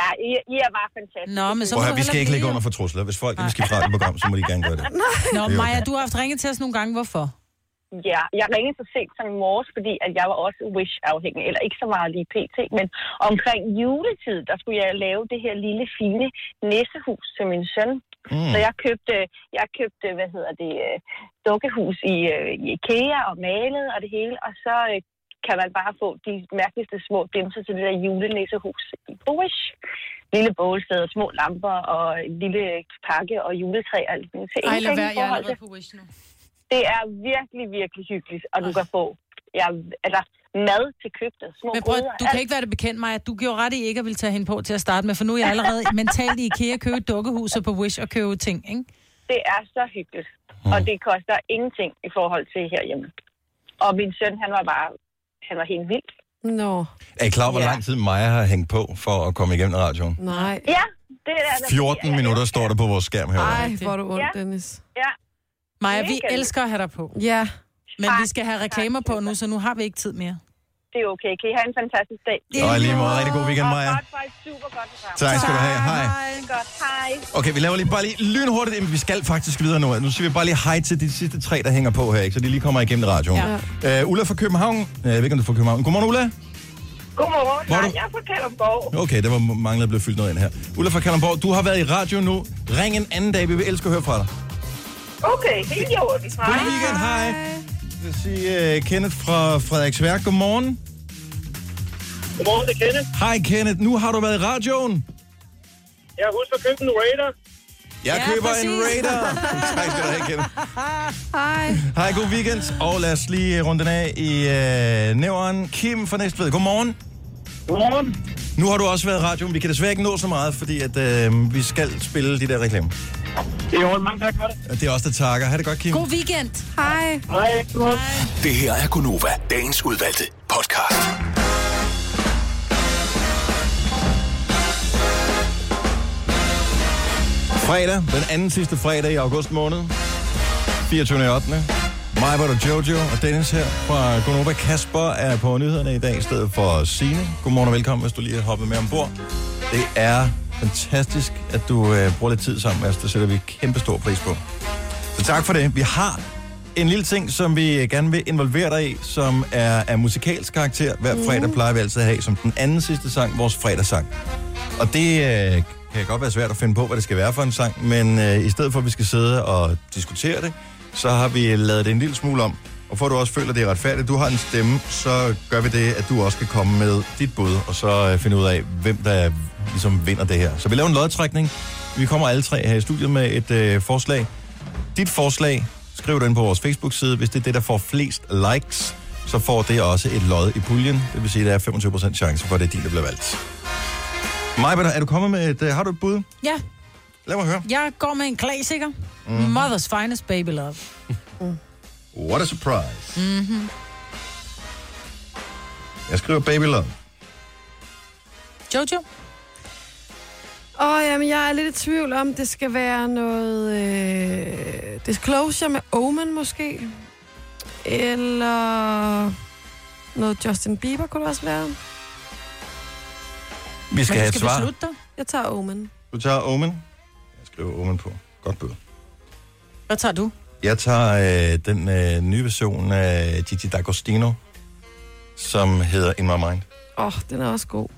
Ja, I, I er bare fantastiske. Nå, men så Prøv må her, du vi skal hellere ikke ligge blive, under for trusler. Hvis folk vil skifte fra et program, så må de gerne gøre det. Nå, Det er Maja, du har haft ringet til os nogle gange. Hvorfor? Ja, jeg ringede så sent som i morges, fordi at jeg var også Wish-afhængig, eller ikke så meget lige pt, men omkring juletid, der skulle jeg lave det her lille fine næsehus til min søn. Mm. Mm. Så jeg købte, jeg købte, hvad hedder det, øh, dukkehus i, øh, i IKEA og malede og det hele, og så øh, kan man bare få de mærkeligste små dimser til det der julenæsehus i på Wish. Lille bålsted, og små lamper og en lille pakke og juletræ og alt muligt. Så Ej, lad ingenting i være, jeg er forhold allerede til- på Wish nu. det er virkelig, virkelig hyggeligt, og du kan få ja, altså, mad til køkkenet. Små Men bror, gryder, du alt. kan ikke være det bekendt, Maja. Du gjorde ret i ikke at ville tage hende på til at starte med, for nu er jeg [LAUGHS] allerede mentalt i IKEA købe et dukkehus og på Wish og købe ting, ikke? Det er så hyggeligt, og det koster ingenting i forhold til herhjemme. Og min søn, han var bare, han var helt vild. Nå, Er I klar, over, hvor lang tid Maja har hængt på for at komme igennem radioen? nej. Ja, det er der. 14 minutter står der på vores skærm herovre. Ej, hvor er du ondt, Dennis. Ja. Maja, Mega vi hyggeligt. elsker at have dig på. Ja. Men vi skal have reklamer på nu, så nu har vi ikke tid mere. Det er okay. Kan I have en fantastisk dag? Og i lige måde, rigtig god weekend, Maja. Og godt for et super godt program. Tak skal du have. Hej. Hej. Godt. Hej. Okay, vi laver lige bare lige lynhurtigt, men vi skal faktisk videre nu. Nu siger vi bare lige hej til de sidste tre, der hænger Øh, på her, ikke? så de lige kommer igennem radioen. Ja. Uh, Ulla fra København. Uh, jeg ved ikke, om du er fra København. Godmorgen, Ulla. Godmorgen, Hvor er nej, du? jeg er fra Kalundborg. Okay, der var manglet at blive fyldt noget ind her. Ulla fra Kalamborg, du har været i radio nu. Ring en anden dag, vi vil elske at høre fra dig. Okay, helt i orden. God weekend, hej. Jeg vil sige uh, Kenneth fra Frederiksværk. Godmorgen. Godmorgen, det er Kenneth. Hej Kenneth, nu har du været i radioen. Jeg husker at købe en Raider. Jeg ja, køber en [LAUGHS] [LAUGHS] Raider. tak skal du have, Kenneth. Hej. Hej, god weekend. Og lad os lige runde den af i øh, nævren. Kim fra Næstved, godmorgen. Godmorgen. Nu har du også været i radioen. Vi kan desværre ikke nå så meget, fordi at, øh, vi skal spille de der reklamer. Det er mange tak for det. Det er også der takker. Ha' det godt, Kim. God weekend. Hej. Hej. Det her er Gunova, dagens udvalgte podcast. Fredag, den anden sidste fredag i august måned. 24. 8. Mig, var der Jojo og Dennis her fra Gonova. Kasper er på nyhederne i dag i stedet for Signe. Godmorgen og velkommen, hvis du lige er hoppet med ombord. Det er fantastisk, at du øh, bruger lidt tid sammen med os. Det sætter vi kæmpe stor pris på. Så tak for det. Vi har en lille ting, som vi øh, gerne vil involvere dig i, som er af musikalsk karakter. Hver fredag plejer vi altid at have som den anden sidste sang, vores fredagssang. Og det øh, kan godt være svært at finde på, hvad det skal være for en sang, men øh, i stedet for, at vi skal sidde og diskutere det, så har vi lavet det en lille smule om. Og for at du også føler, det er retfærdigt, du har en stemme, så gør vi det, at du også kan komme med dit bud, og så øh, finde ud af, hvem der ligesom vinder det her. Så vi laver en lodtrækning. Vi kommer alle tre her i studiet med et øh, forslag. Dit forslag, skriv den på vores Facebook-side. Hvis det er det, der får flest likes, så får det også et lod i puljen. Det vil sige, at der er 25% chance for, at det er din, der bliver valgt. Maja, er du kommet med et... øh, Har du et bud? Ja, Lad mig høre. jeg går med en klassiker. Mhm. Mm. Mother's finest baby love. What a surprise. Mm-hmm. Jeg skriver Baby Love. Jojo? Åh, oh, jamen, jeg er lidt i tvivl om, det skal være noget... Øh, disclosure med Omen, måske? Eller... Noget Justin Bieber kunne det også være. Vi skal have et svar. dig. Jeg tager Omen. Du tager Omen. Jeg skriver Omen på. Godt bud. Hvad tager du? Jeg tager øh, den øh, nye version af Gigi D'Agostino, som hedder In My Mind. Åh, oh, den er også god.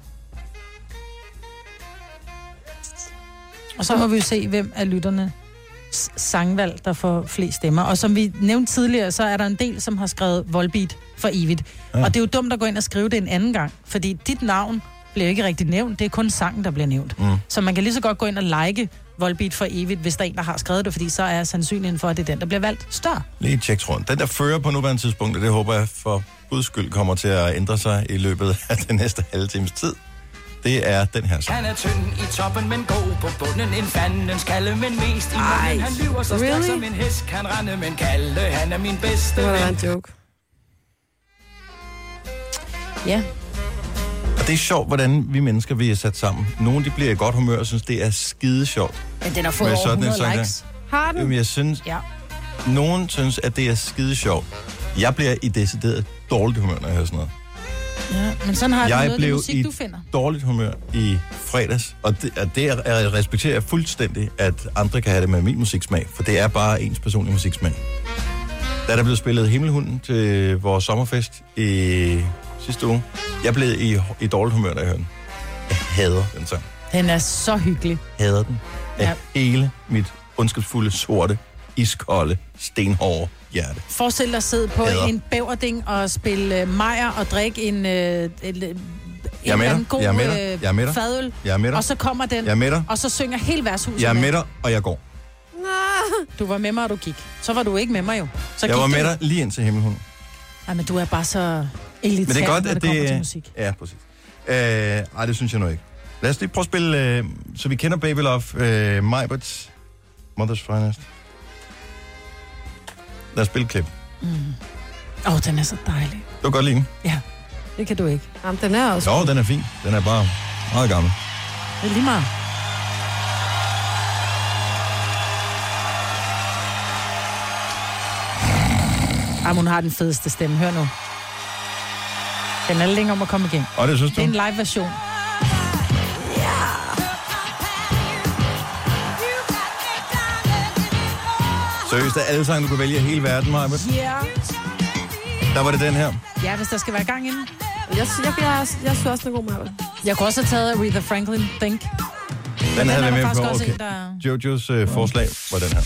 Og så må vi jo se, hvem af lytterne s- sangvalg, der får flest stemmer. Og som vi nævnte tidligere, så er der en del, som har skrevet Volbeat for evigt. Ja. Og det er jo dumt at gå ind og skrive det en anden gang, fordi dit navn bliver ikke rigtig nævnt. Det er kun sangen, der bliver nævnt. Mm. Så man kan lige så godt gå ind og like Volbeat for evigt, hvis der er en, der har skrevet det, fordi så er sandsynligheden for, at det er den, der bliver valgt større. Lige tjek tråden. Den, der fører på nuværende tidspunkt, og det håber jeg for guds skyld kommer til at ændre sig i løbet [LAUGHS] af den næste halve times tid, det er den her sang. Han er tynd i toppen, men god på bunden En fandens kalde, men mest i munden Han lyver så stærkt really? som en hest Kan rende, men kalde, han er min bedste Det var da ven en joke. Ja. Og det er sjovt, hvordan vi mennesker vi er sat sammen. Nogle de bliver i godt humør og synes, det er skide sjovt. Men den har fået Med over sådan en 100 sang der. likes. Har Jamen, jeg synes, Ja. nogen synes, at det er skide sjovt. Jeg bliver i decideret dårligt humør, når jeg hører sådan noget. ja. Men sådan har jeg jeg det noget af blev det musik, i du finder. dårligt humør i fredags, og det, og det er, jeg respekterer jeg fuldstændig, at andre kan have det med min musiksmag, for det er bare ens personlige musiksmag. Da der blev spillet Himmelhunden til vores sommerfest i sidste uge, jeg blev i, i dårligt humør, da jeg hørte den. Jeg hader den sang. Den er så hyggelig. Hader den af Ja. ja. hele mit ondskabsfulde, sorte, iskolde, stenhårde hjerte. Forestil dig at sidde på Hader. en bæverding og spille øh, Majer og drikke en, øh, en, en Jeg er med eller anden dig. Jeg er med dig. øh, Jeg er med dig. fadøl. Jeg er med dig. Og så kommer den, Jeg er med dig. og så synger hele værtshuset Jeg er med dig, og jeg går. Du var med mig, og du gik. Så var du ikke med mig jo. Så Jeg gik var med den. dig lige indtil Himmelhunden. Ej, men du er bare så elitær, Men det er godt, når at det kommer til det... musik. Ja, præcis. Øh, ej, det synes jeg nu ikke. Lad os lige prøve at spille, øh, så vi kender Baby Love, øh, Majbert, Mother's Finest. Lad os spille et klip. Åh, mm. oh, den er så dejlig. Du kan godt lide den. Ja, det kan du ikke. Jamen, den er også. Jo, den er fin. Den er bare meget gammel. Det er lige meget. Ej, men hun har den fedeste stemme. Hør nu. Den er længe om at komme igen. Og det synes Det er en du? live version. Seriøst, der er alle sange, du kan vælge i hele verden, Majbert. Yeah. Der var det den her. Ja, hvis der skal være gang inden. Jeg, jeg, jeg, jeg synes også, den er god med. Jeg kunne også have taget Aretha Franklin, Think. Den, den havde er jeg der med faktisk på. også Okay. en, der- Jojos øh, forslag var den her.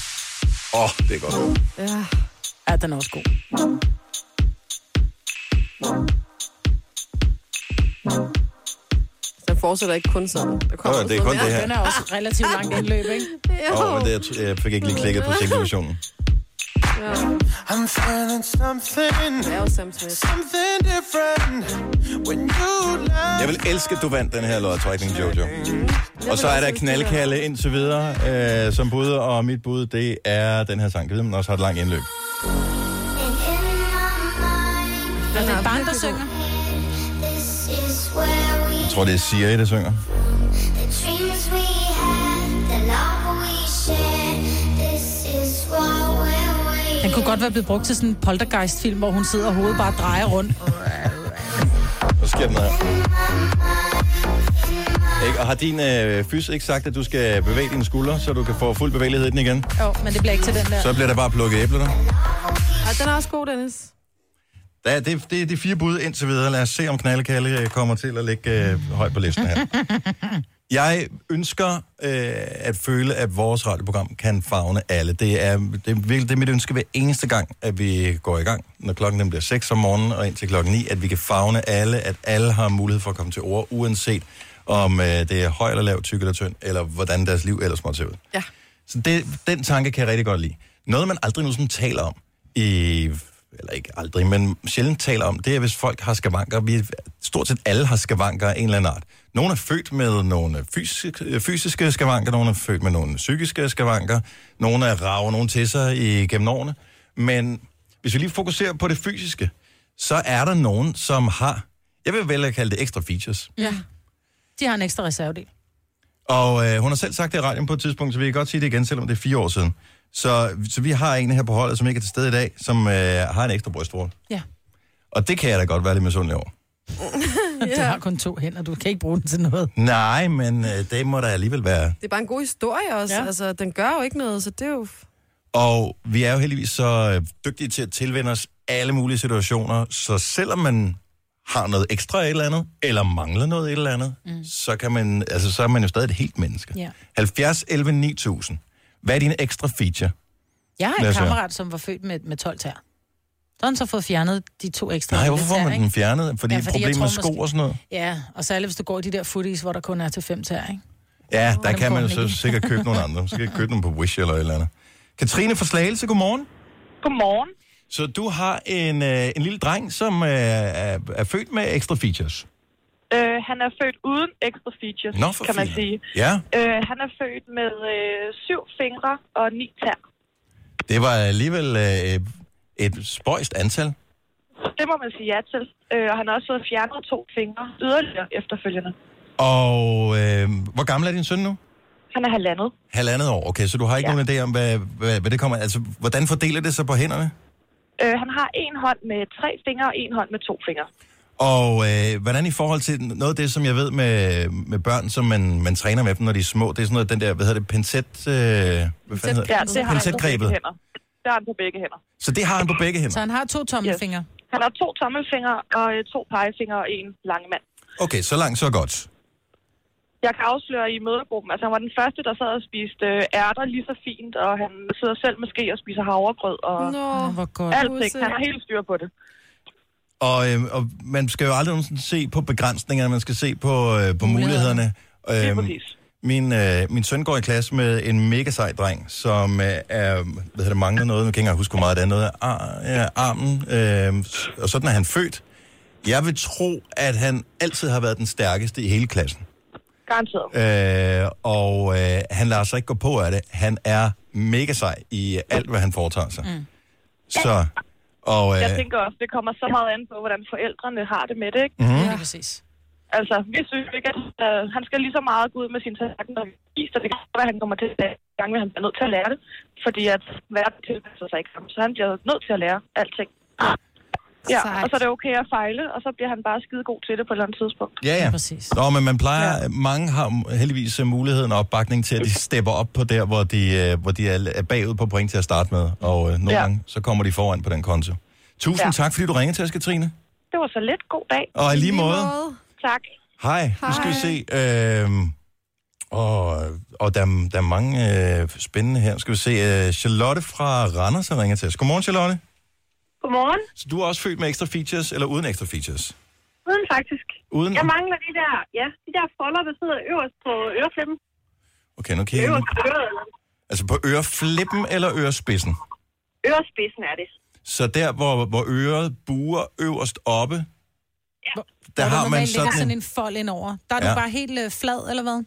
Åh, oh, det er godt. Ja. ja, den er også god. Den fortsætter ikke kun sådan. Der kommer Nå, det er også kun noget mere. det her. Den Den er også relativt [LAUGHS] langt indløb, ikke? Åh, oh, men det, jeg, jeg fik ikke lige klikket på singleversionen. I'm feeling something. Something different. When you love. Jeg vil elske, at du vandt den her lodtrækning, Jojo. Og så er der knaldkalde indtil videre, øh, som bud, og mit bud, det er den her sang. Jeg ved, om den også har et langt indløb. Er det et barn, der synger? Jeg tror, det er Siri, der synger. Den kunne godt være blevet brugt til sådan en poltergeist-film, hvor hun sidder og hovedet bare drejer rundt. Så sker den her. Ikke? Og har din øh, fys ikke sagt, at du skal bevæge dine skuldre, så du kan få fuld bevægelighed i den igen? Jo, men det bliver ikke til den der. Så bliver der bare plukket æbler der. Ej, den er også god, Dennis. Ja, det, det er de fire bud indtil videre. Lad os se, om knaldekalle øh, kommer til at ligge øh, højt på [LAUGHS] listen her. Jeg ønsker øh, at føle, at vores radioprogram kan fagne alle. Det er, det, er virkelig, det er mit ønske hver eneste gang, at vi går i gang, når klokken den bliver 6 om morgenen og indtil klokken 9, at vi kan fagne alle, at alle har mulighed for at komme til ord, uanset om øh, det er høj eller lav, tyk eller tynd, eller hvordan deres liv ellers måtte se ud. Ja. Så det, den tanke kan jeg rigtig godt lide. Noget, man aldrig nogensinde taler om, i, eller ikke aldrig, men sjældent taler om, det er, hvis folk har skavanker. Vi, stort set alle har skavanker af en eller anden art. Nogle er født med nogle fysiske, fysiske skavanker, nogle er født med nogle psykiske skavanker, nogle er rager nogle til sig i, gennem årene. Men hvis vi lige fokuserer på det fysiske, så er der nogen, som har, jeg vil vælge at kalde det ekstra features. Ja. De har en ekstra reservedel. Og øh, hun har selv sagt det i radioen på et tidspunkt, så vi kan godt sige det igen, selvom det er fire år siden. Så, så vi har en her på holdet, som ikke er til stede i dag, som øh, har en ekstra brystvorte. Ja. Og det kan jeg da godt være lidt misundelig over. Du har kun to hænder, du kan ikke bruge den til noget. Nej, men øh, det må der alligevel være. Det er bare en god historie også. Ja. Altså, den gør jo ikke noget, så det er jo... Og vi er jo heldigvis så øh, dygtige til at tilvende os alle mulige situationer, så selvom man har noget ekstra af et eller andet, eller mangler noget af et eller andet, mm. så, kan man, altså, så er man jo stadig et helt menneske. Ja. 70, 11, 9000. Hvad er dine ekstra feature? Jeg har Lad en os høre. kammerat, som var født med, med 12 tær. Så har han så fået fjernet de to ekstra. Nej, lille hvorfor får tæer, man ikke? den fjernet? Fordi, ja, jeg fordi problemet med tror sko og sådan noget? Ja, og særligt hvis du går i de der footies, hvor der kun er til fem tær, ikke? Ja, der kan dem får man jo man så ikke. sikkert købe nogle andre. Så kan jeg købe nogle på Wish eller et eller andet. Katrine fra Slagelse, godmorgen. Godmorgen. Så du har en, øh, en lille dreng, som øh, er, er født med ekstra features. Øh, han er født uden ekstra features, Nå, for kan man filan. sige. Ja, Øh, han er født med øh, syv fingre og ni tær. det var alligevel øh, et spøjst antal. Det må man sige ja til. Øh, og han har også fået fjernet to fingre yderligere efterfølgende. Og øh, hvor gammel er din søn nu? Han er halvandet. Halvandet år. Okay, så du har ikke ja. nogen idé om, hvad, hvad, hvad det kommer... Altså, hvordan fordeler det sig på hænderne? Øh, han har en hånd med tre fingre og en hånd med to fingre. Og øh, hvordan i forhold til noget af det, som jeg ved med, med børn, som man, man træner med dem, når de er små, det er sådan noget, den der, hvad hedder det, pincet... Øh, hvad fanden Ja, hedder det har han på begge Pincetgrebet. hænder. Det har han på begge hænder. Så det har han på begge hænder. han har to tommelfingre? Yes. Han har to tommelfingre og øh, to pegefingre og en lang mand. Okay, så langt, så godt. Jeg kan afsløre i mødergruppen, altså han var den første, der sad og spiste øh, ærter lige så fint, og han sidder selv med ske og spiser havregrød og Nå, hvor godt. alting. Han har helt styr på det. Og, øh, og man skal jo aldrig nogensinde se på begrænsningerne, man skal se på, øh, på mulighederne. Øhm, min, øh, min søn går i klasse med en mega sej dreng, som øh, er, hvad hedder det, mangler noget, nu kan jeg ikke engang huske, hvor meget det er, noget af ar, ja, armen, øh, s- og sådan er han født. Jeg vil tro, at han altid har været den stærkeste i hele klassen. Garanteret. Øh, og øh, han lader sig ikke gå på af det. Han er mega sej i alt, hvad han foretager sig. Mm. Så, og, Jeg øh, tænker også, det kommer så meget an på, hvordan forældrene har det med det, ikke? Mhm. Ja, lige præcis. Altså, vi synes ikke, at øh, han skal lige så meget gå ud med sin tallerken og vise, og det kan godt være, at han kommer til at gang, men han bliver nødt til at lære det, fordi at verden tilpasser sig ikke ham, så han bliver nødt til at lære alting. Ja, og så er det okay at fejle, og så bliver han bare skide god til det på et eller andet tidspunkt. Ja, ja. præcis. Nå, men man plejer, ja. mange har heldigvis øh, muligheden og opbakning til, at de stepper op på der, hvor de, øh, hvor de er er bagud på point til at starte med. Og øh, nogle ja. Ja. gange, så kommer de foran på den konto. Tusind ja. Ja. tak, fordi du ringede til os, Katrine. Det var så lidt. God dag. Og i lige måde. Tak. Hej, nu skal vi se. Øhm, og, og der, er- der er mange øh, spændende her. Nu Skal vi se, øh, Charlotte fra Randers har ringet til os. Godmorgen, Charlotte. Godmorgen. Så du er også født med ekstra features, eller uden ekstra features? Uden faktisk. Uden? Jeg mangler de der, ja, de der folder, der sidder øverst på øreflippen. Okay, nu kan jeg... Øverst på øret, eller Altså på øreflippen eller ørespidsen? ørespidsen er det. Så der, hvor, hvor øret buer øverst oppe, der, Hvor har normalt man ligger sådan sådan en... en fold ind over. Der er Ja. du bare helt øh, flad, eller hvad?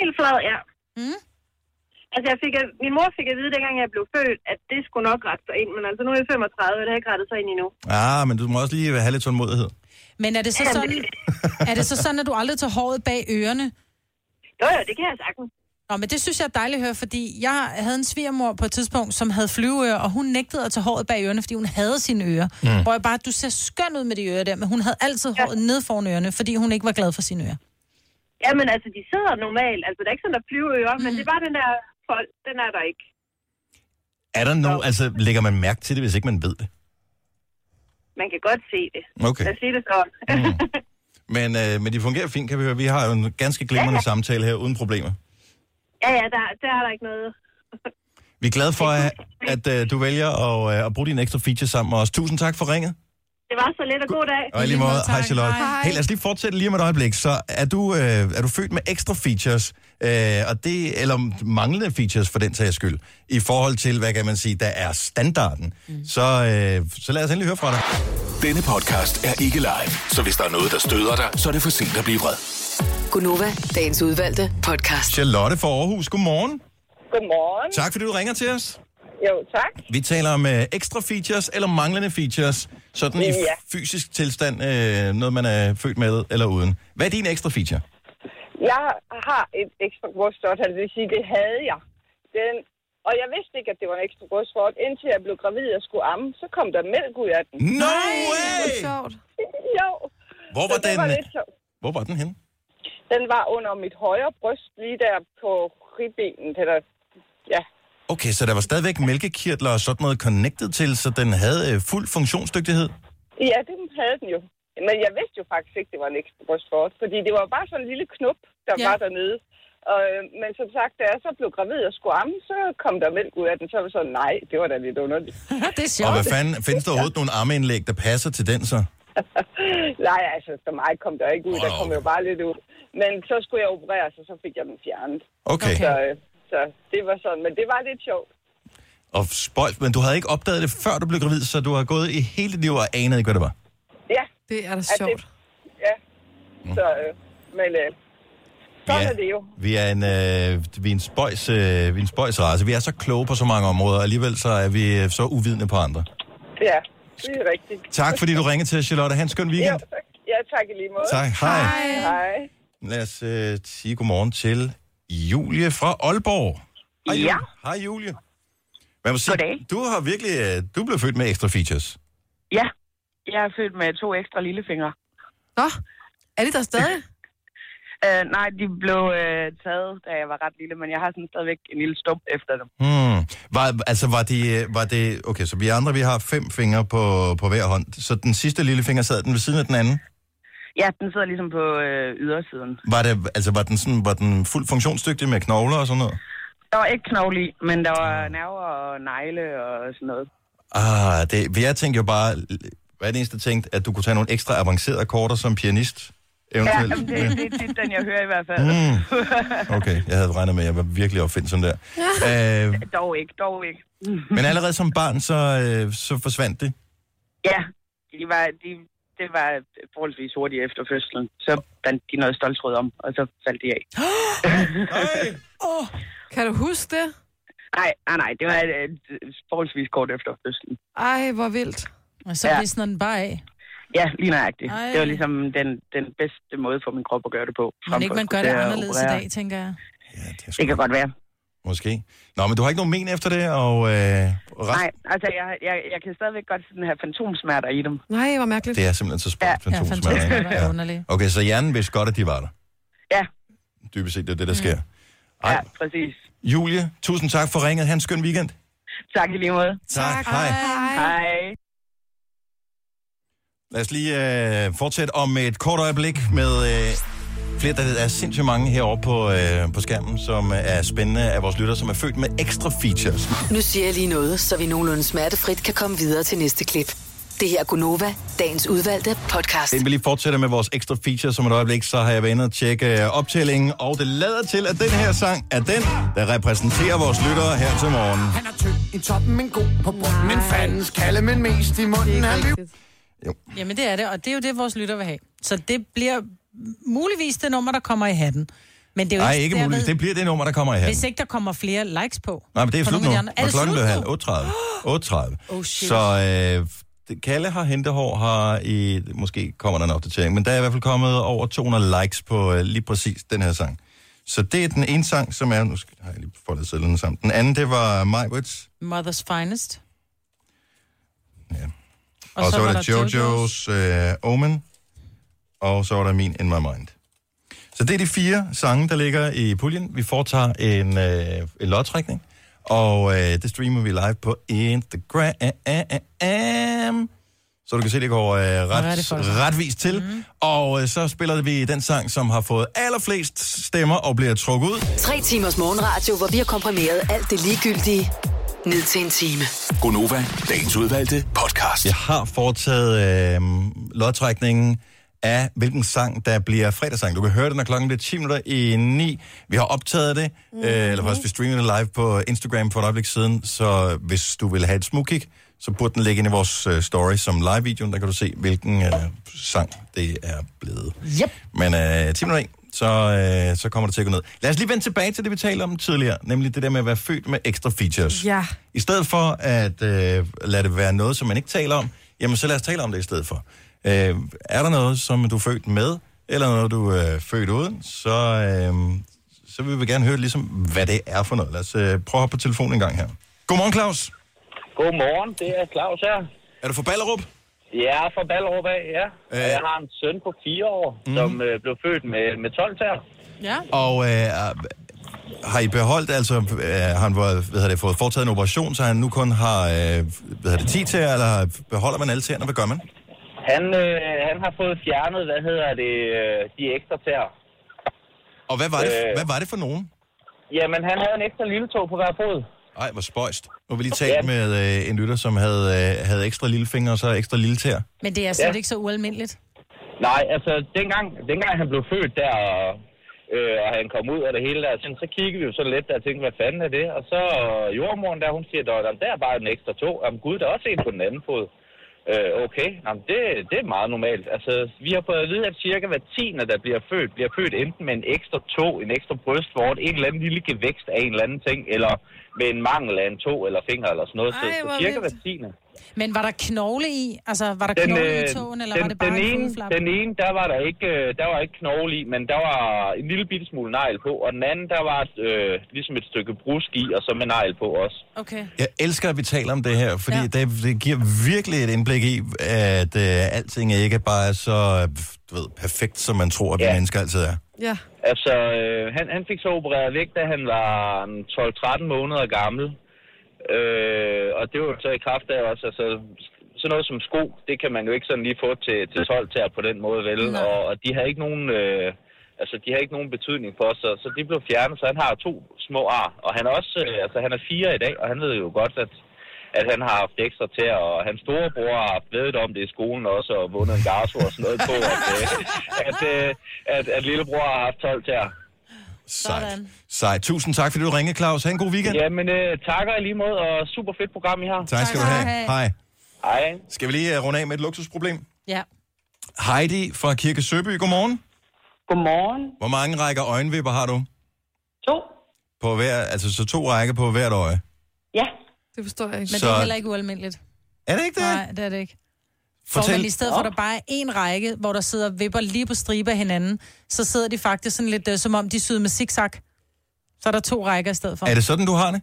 Helt flad, ja. Mm. Altså, jeg fik, at- min mor fik at vide, dengang jeg blev født, at det skulle nok rette sig ind, men altså nu er jeg 35, og det har ikke rettet sig ind endnu. Ah, men du må også lige have lidt tålmodighed. Men er det så sådan, er det så sådan at du aldrig tager håret bag ørerne? Jo, jo, det kan jeg sagtens. Nå, men det synes jeg er dejligt at høre, fordi jeg havde en svigermor på et tidspunkt, som havde flyveører, og hun nægtede at tage håret bag ørerne, fordi hun havde sine ører. Mm. Mm. Hvor jeg bare, du ser skøn ud med de ører der, men hun havde altid håret ja. ned foran ørerne, fordi hun ikke var glad for sine ører. Jamen, altså, de sidder normalt. Altså, det er ikke sådan, der flyveører, mm. men det er bare den der fold, den er der ikke. Er der nogen... Altså, lægger man mærke til det, hvis ikke man ved det? Man kan godt se det. Okay. Mm. Lad os sige det sådan. Men, øh, men de fungerer fint, kan vi høre. Vi har jo en ganske glimrende ja. samtale her, uden problemer. [LAUGHS] Ja, ja, der, der er der ikke noget. Vi er glade for, at, at øh, du vælger at, øh, at bruge dine ekstra features sammen med os. Tusind tak for ringet. Det var så lidt og god dag. Og i lige måde, hej Charlotte. Hey, lad os lige fortsætte lige om et øjeblik. Så er du, øh, er du født med ekstra features, øh, og det, eller manglende features for den sags skyld, i forhold til, hvad kan man sige, der er standarden. Mm. Så, øh, så lad os endelig høre fra dig. Denne podcast er ikke live, så hvis der er noget, der støder dig, så er det for sent at blive vred. Gunova, dagens udvalgte podcast. Charlotte fra Aarhus, godmorgen. Godmorgen. Tak fordi du ringer til os. Jo, tak. Vi taler om øh, ekstra features eller manglende features, sådan i Ja. fysisk tilstand, øh, noget man er født med eller uden. Hvad er din ekstra feature? Jeg har et ekstra brystvort, altså det vil sige, det havde jeg. Den, og jeg vidste ikke, at det var en ekstra brystvort, indtil jeg blev gravid og skulle amme. Så kom der mælk ud af den. No way! Det sjovt. [LAUGHS] jo. Hvor var Så det den, Var øh, lidt sjovt. Hvor var den henne? Den var under mit højre bryst, lige der på ribbenet. Eller, ja, Okay, så der var stadigvæk mælkekirtler og sådan noget connected til, så den havde øh, fuld funktionsdygtighed. Ja, det havde den jo. Men jeg vidste jo faktisk ikke, det var en ekstra brystvort, fordi det var bare sådan en lille knup, der ja. var dernede. Og, øh, men som sagt, da jeg så blev gravid og skulle amme, så kom der mælk ud af den. Så var jeg sådan, nej, det var da lidt underligt. [LAUGHS] det er Og hvad fanden, findes der overhovedet nogle armeindlæg, der passer til den så? nej, altså, så meget kom der ikke ud. Der kom jo bare lidt ud. Men så skulle jeg opereres, og så fik jeg den fjernet. Okay. Så, øh, så det var sådan, men det var lidt sjovt. Og spøjt, men du havde ikke opdaget det, før du blev gravid, så du har gået i hele dit liv og anede ikke, hvad det var. Ja. Det er da sjovt. Det, ja. Så, øh, men øh, sådan Mm. Ja. er det jo. Vi er en, øh, vi er en, spøjs, øh, vi er en spøjs race. Vi er så kloge på så mange områder, og alligevel så er vi øh, så uvidende på andre. Ja, det er rigtigt. Tak, fordi du ringede til os, Charlotte. Ha' en skøn weekend. Jo, tak. Ja, tak i lige måde. Tak. Hej. Hej. Hej. Lad os øh, sige godmorgen til Julie fra Aalborg. Hej, Julie. Ja. Hej, Julie. Hvad må sige, Goddag. Du har virkelig, øh, du blev født med ekstra features. Ja, jeg er født med to ekstra lillefingre. Nå, er de der [LAUGHS] stadig? Uh, nej, de blev uh, taget, da jeg var ret lille, men jeg har sådan stadigvæk en lille stump efter dem. Hmm. Var, altså, var det, var det... Okay, så vi andre, vi har fem fingre på, på hver hånd. Så den sidste lille finger sad den ved siden af den anden. Ja, den sidder ligesom på uh, ydersiden. Var, det, altså, var, den sådan, var den fuldt funktionsdygtig med knogler og sådan noget? Der var ikke knogle i, men der var nerver og negle og sådan noget. Ah, det, jeg tænkte jo bare... Hvad er det eneste, jeg tænkte? At du kunne tage nogle ekstra avancerede akkorder som pianist? Eventuelt. Ja, jamen, det, det er tit den, jeg hører i hvert fald. [LAUGHS] Mm. Okay, jeg havde regnet med, at jeg var virkelig opfindsom der. Øh, dog ikke, dog ikke. men allerede som barn, så, øh, så forsvandt det. Ja, de var, de, det var forholdsvis hurtigt efter fødslen. Så bandt de noget stoltråd om, og så faldt [GASPS] de af. Åh, oh, kan du huske det? [LAUGHS] Nej, nej, nej, det var øh, forholdsvis kort efter fødslen. Ej, hvor vildt. Og så Ja. ja. sådan den bare af. Ja, lige nøjagtigt. Ej. Ej. Det var ligesom den, den bedste måde for min krop at gøre det på. Men ikke man gør det anderledes i dag, Det, tænker jeg. det kan godt være. Måske. Nå, men du har ikke nogen men efter det, og øh, resten, Nej, altså jeg, jeg, jeg kan stadigvæk godt sådan have fantomsmerter i dem. Nej, hvor mærkeligt. det er simpelthen så Ja. spændt. Ja, fantomsmerter er underlige. Okay, så hjernen vidste godt, at de var der. Ja. Mhm. Dybest set, det er det, der sker. Ja, præcis. Julie, tusind tak for ringet. Hans skøn weekend. Tak i lige måde. Tak. Hej. Hej. Lad os lige øh, fortsætte om et kort øjeblik med øh, flere, der der er sindssygt mange heroppe på, øh, på skærmen, som øh, er spændende af vores lytter, som er født med ekstra features. Nu siger jeg lige noget, så vi nogenlunde smertefrit kan komme videre til næste klip. Det her er Gunova, dagens udvalgte podcast. Inden vi lige fortsætter med vores ekstra feature som et øjeblik, så har jeg været inde og tjekke øh, optællingen, og det lader til, at den her sang er den, der repræsenterer vores lyttere her til morgen. Han er tynd i toppen, men god på bunden. Men fandens kalde, men mest i munden. Han lyver. Jamen det er det, og det er jo det, vores lytter vil have. Så det bliver muligvis det nummer, der kommer i hatten. Men det er jo Nej, ikke derved- muligt. Det bliver det nummer, der kommer i hatten. Hvis ikke der kommer flere likes på. Nej, men det er på slut nogle nu. af de andre- Er Og det klokken slut blev halv nu? 8.30. 8.30. Oh, shit. Så øh, det- Kalle har hentehår, har i, måske kommer der en opdatering, men der er i hvert fald kommet over 200 likes på øh, lige præcis den her sang. Så det er den ene sang, som er, nu skal, har jeg lige foldet sædlen sammen. Den anden, det var My Words, Mother's Finest. og, og så, så var der Jojo's øh, Omen, og så var der min In My Mind. Så det er de fire sange, der ligger i puljen. Vi foretager en, øh, en lodtrækning, og øh, det streamer vi live på Instagram. Så du kan se, det går øh, det ret, for sig. retvist til. Mm. Og øh, så spiller vi den sang, som har fået allerflest stemmer og bliver trukket ud. Tre timers morgenradio, hvor vi har komprimeret alt det ligegyldige ned til en time. Gonova, dagens udvalgte podcast. Jeg har foretaget øh, lodtrækningen af, hvilken sang, der bliver fredagssang. Du kan høre det, når klokken bliver 10 minutter i 9. Vi har optaget det, mm-hmm. øh, eller faktisk vi streamede det live på Instagram for et øjeblik siden, så hvis du vil have et smugkig, så burde den ligge ind i vores øh, story som live-videoen. Der kan du se, hvilken øh, sang det er blevet. Yep. Men øh, 10 minutter i, så, øh, så kommer det til at gå ned. Lad os lige vende tilbage til det, vi talte om tidligere, nemlig det der med at være født med ekstra features. Ja. I stedet for at øh, lade det være noget, som man ikke taler om, jamen så lad os tale om det i stedet for. Øh, er der noget, som du er født med, eller noget, du er øh, født uden, så, øh, så vil vi gerne høre, ligesom, hvad det er for noget. Lad os øh, prøve at hoppe på telefonen en gang her. Godmorgen, Claus. Godmorgen, det er Claus her. Er du fra Ballerup? Jeg er fra Ballerup af, ja. Øh. Jeg har en søn på fire år, Mhm. mm. som øh, blev født med, med 12 tær. Ja. Og øh, har I beholdt, altså øh, har han været, hvad hedder det, fået foretaget en operation, så han nu kun har øh, hvad hedder det, 10 tæer, eller beholder man alle tæerne? Hvad gør man? Han, øh, han har fået fjernet, hvad hedder det, øh, de ekstra tær. Øh. Og hvad var det, hvad var det for nogen? Jamen, han havde en ekstra lille tog på hver fod. Nej, hvor spøjst. Nu vil lige tale med øh, en lytter, som havde, øh, havde ekstra lillefinger og så ekstra lille tær. Men det er slet Ja. ja. ikke så ualmindeligt. Nej, altså, dengang, dengang han blev født der, og, øh, og han kom ud af det hele der, sådan, så kiggede vi jo sådan lidt der og tænkte, hvad fanden er det? Og så øh, jordmoren der, hun siger, der, der der er bare en ekstra to. Jamen gud, der er også en på den anden fod. Øh, okay, Jamen, det, det er meget normalt. Altså, vi har fået at vide, at cirka hver tiende, der bliver født, bliver født enten med en ekstra to, en ekstra brystvort, en eller anden lille gevækst af en eller anden ting, eller med en mangel af en to eller finger eller sådan noget. så, Ej, så hvor cirka vildt. hver tiende. Men var der knogle i? Altså, var der den, knogle i togen, eller øh, den, var det bare den en ene, fodflap? den ene, der var der ikke, øh, der var ikke knogle i, men der var en lille bitte smule negl på, og den anden, der var øh, ligesom et stykke brusk i, og så med negl på også. Okay. Jeg elsker, at vi taler om det her, fordi ja. det, det giver virkelig et indblik i, at øh, alting ikke bare er så øh, du ved, perfekt, som man tror, at ja. vi mennesker altid er. Ja. Altså, øh, han, han fik så opereret væk, da han var mm, 12-13 måneder gammel. Øh, og det var så i kraft af også, altså, sådan noget som sko, det kan man jo ikke sådan lige få til, til 12 tær på den måde, vel? Nej. Og, og de har ikke nogen... Øh, altså, de har ikke nogen betydning for os, så, så de blev fjernet, så han har to små ar. Og han er også, øh, altså han er fire i dag, og han ved jo godt, at, at han har haft ekstra til, og hans storebror har haft vedet om det i skolen også, og vundet en garso og sådan noget på, at, øh, at, øh, at, at lillebror har haft 12 tær. Sejt. Sejt. Tusind tak, fordi du ringede, Claus. Ha' en god weekend. Ja, men øh, takker i lige måde, og super fedt program, I har. Tak skal du have. Hej. Hej. Skal vi lige øh, runde af med et luksusproblem? Ja. Heidi fra Kirke Søby, godmorgen. Godmorgen. Hvor mange rækker øjenvipper har du? To. På hver, altså så to rækker på hvert øje. Ja. Det forstår jeg Men ikke. så... det er heller ikke ualmindeligt. Er det ikke det? Nej, det er det ikke. Fortæl. Fortæl. For, men i stedet for, at der bare er en række, hvor der sidder vipper lige på stribe af hinanden, så sidder de faktisk sådan lidt, øh, som om de er syet med zigzag. Så er der to rækker i stedet for. Er det sådan, du har det?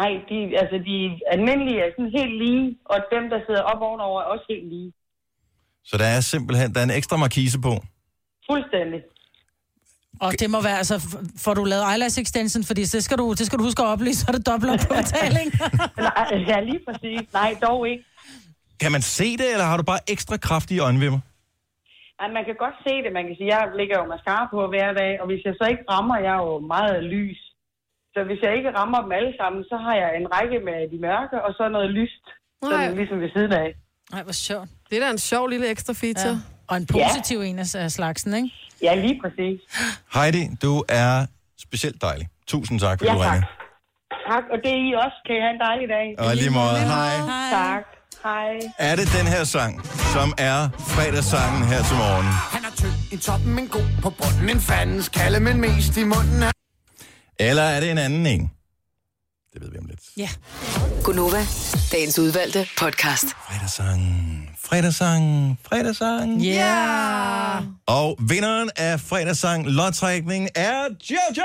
Nej, de, altså de almindelige er sådan helt lige, og dem, der sidder op ovenover, er også helt lige. Så der er simpelthen der er en ekstra markise på. Fuldstændig. Og det må være, altså, f- får du lavet eyelash extension, fordi så skal du, det [LAUGHS] skal du huske at oplyse, så er det dobbelt på betaling. Nej, ja, lige præcis. Nej, dog ikke. Kan man se det, eller har du bare ekstra kraftige øjenvimmer? Ej, man kan godt se det. Man kan sige, jeg lægger jo mascara på hver dag, og hvis jeg så ikke rammer, jeg er jo meget lys. Så hvis jeg ikke rammer dem alle sammen, så har jeg en række med de mørke, og så noget lyst. Sådan, ligesom ved siden af. Nej, hvor sjovt. Det er da en sjov lille ekstra feature. Ja. Og en positiv ja. en af af slagsen, ikke? Ja, lige præcis. Heidi, du er specielt dejlig. Tusind tak, fordi Ja, du tak. ringede. Tak, og det er I også. Kan I have en dejlig dag. Og i lige måde. Hej. Tak. Hej. Er det den her sang, som er fredagssangen her til morgen? Han er tynd i toppen, men god på bunden. En fandens kalde, men mest i munden. Han... Eller er det en anden en? Ja. Gunova, dagens udvalgte podcast. Fredagssangen, fredagssangen, fredagssangen. Ja. Yeah. Og vinderen af fredagssang lodtrækningen er Jojo!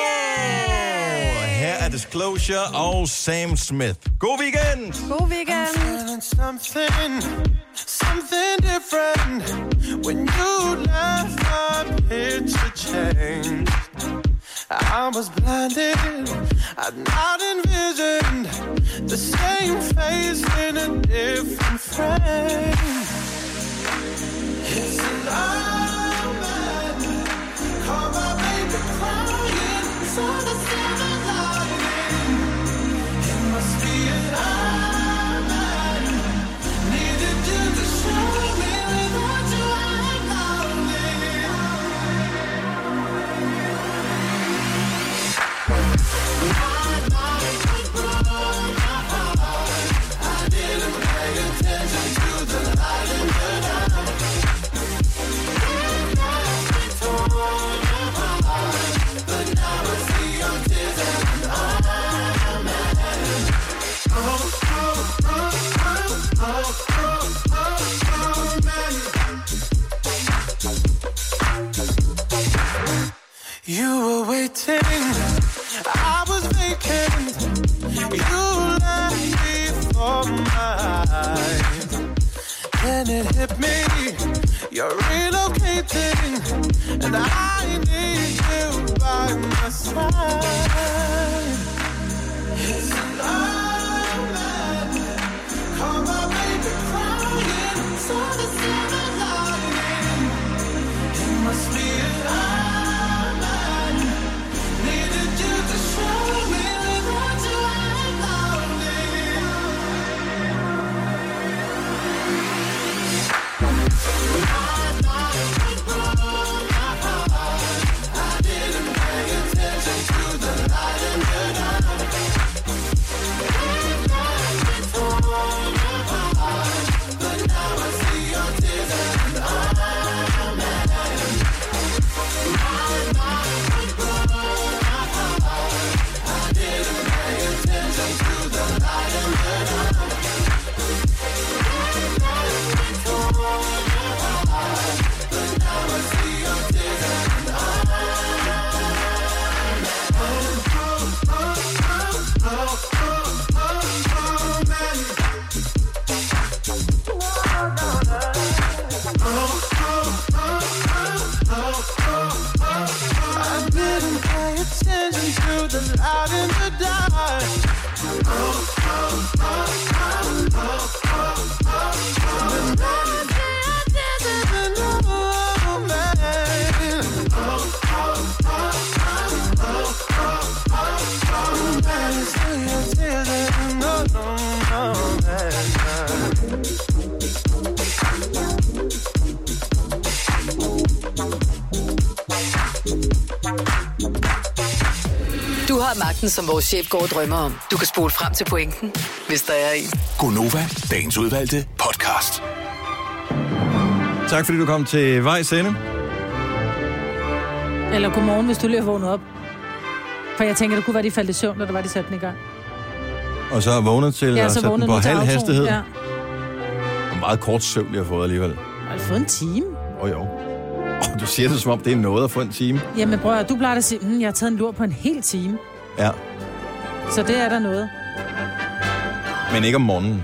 Yeah! Her er Disclosure og Sam Smith. God weekend! God weekend. I'm feeling something, something different. When you left, my picture changed. I was blinded, I'd not envisioned the same face in a different frame. It's a love man, caught my baby crying, saw the silver lining. It must be an island. Needed you to show me without you I'm lonely. I didn't pay attention to the light in the dark. Torn apart, but now I see your tears and I'm mad. You were waiting, I was vacant. You left me for mine. Then it hit me, you're relocating, and I need you by my side. It's a love man. Call my baby crying. Saw the silver lining. It must be an island. Needed you to show me without you I'm lonely. I didn't pay attention to the light in the dark. I didn't pay attention to the light in the dark. And I didn't know, man. And I still didn't know, man. Du har magten, som vores chef går og drømmer om. Du kan spole frem til pointen, hvis der er en. Gonova, dagens udvalgte podcast. Tak fordi du kom til vejs ende. Eller godmorgen, hvis du lige har vågnet op. For jeg tænker, det kunne være, de faldt i søvn, da der var, de satte den i gang. Og så er jeg vågnet til Ja, at så sætte den vågnede på den til halv autoen, hastighed. ja. Og meget kort søvn, jeg har fået alligevel. Har du fået en time? Åh oh, jo. Oh, du siger det, som om det er noget at få en time. Jamen bror, du plejer at sige, mm, jeg har taget en lur på en hel time. Ja, Så det er der noget. men ikke om morgenen.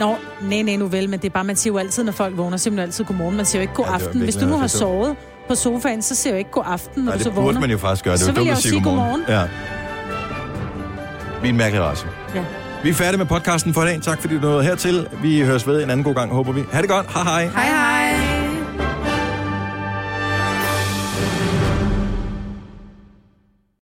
Nå, nej, nej, nu vel, men det er bare, man siger jo altid, når folk vågner, simpelthen altid godmorgen. Man siger jo ikke god Ja, det var aften. virkelig Hvis du nu noget, har det er sovet på sofaen, så siger jeg jo ikke god aften, når Nej, du så det vågner. burde man jo faktisk gøre. Det er så jo vil dumt jeg at jo sige godmorgen. Ja. Vi er en mærkelig race. Ja. Vi er færdige med podcasten for i dag. Tak fordi du nåede hertil. Vi høres ved en anden god gang, håber vi. Ha' det godt. Hej hej. Hej hej.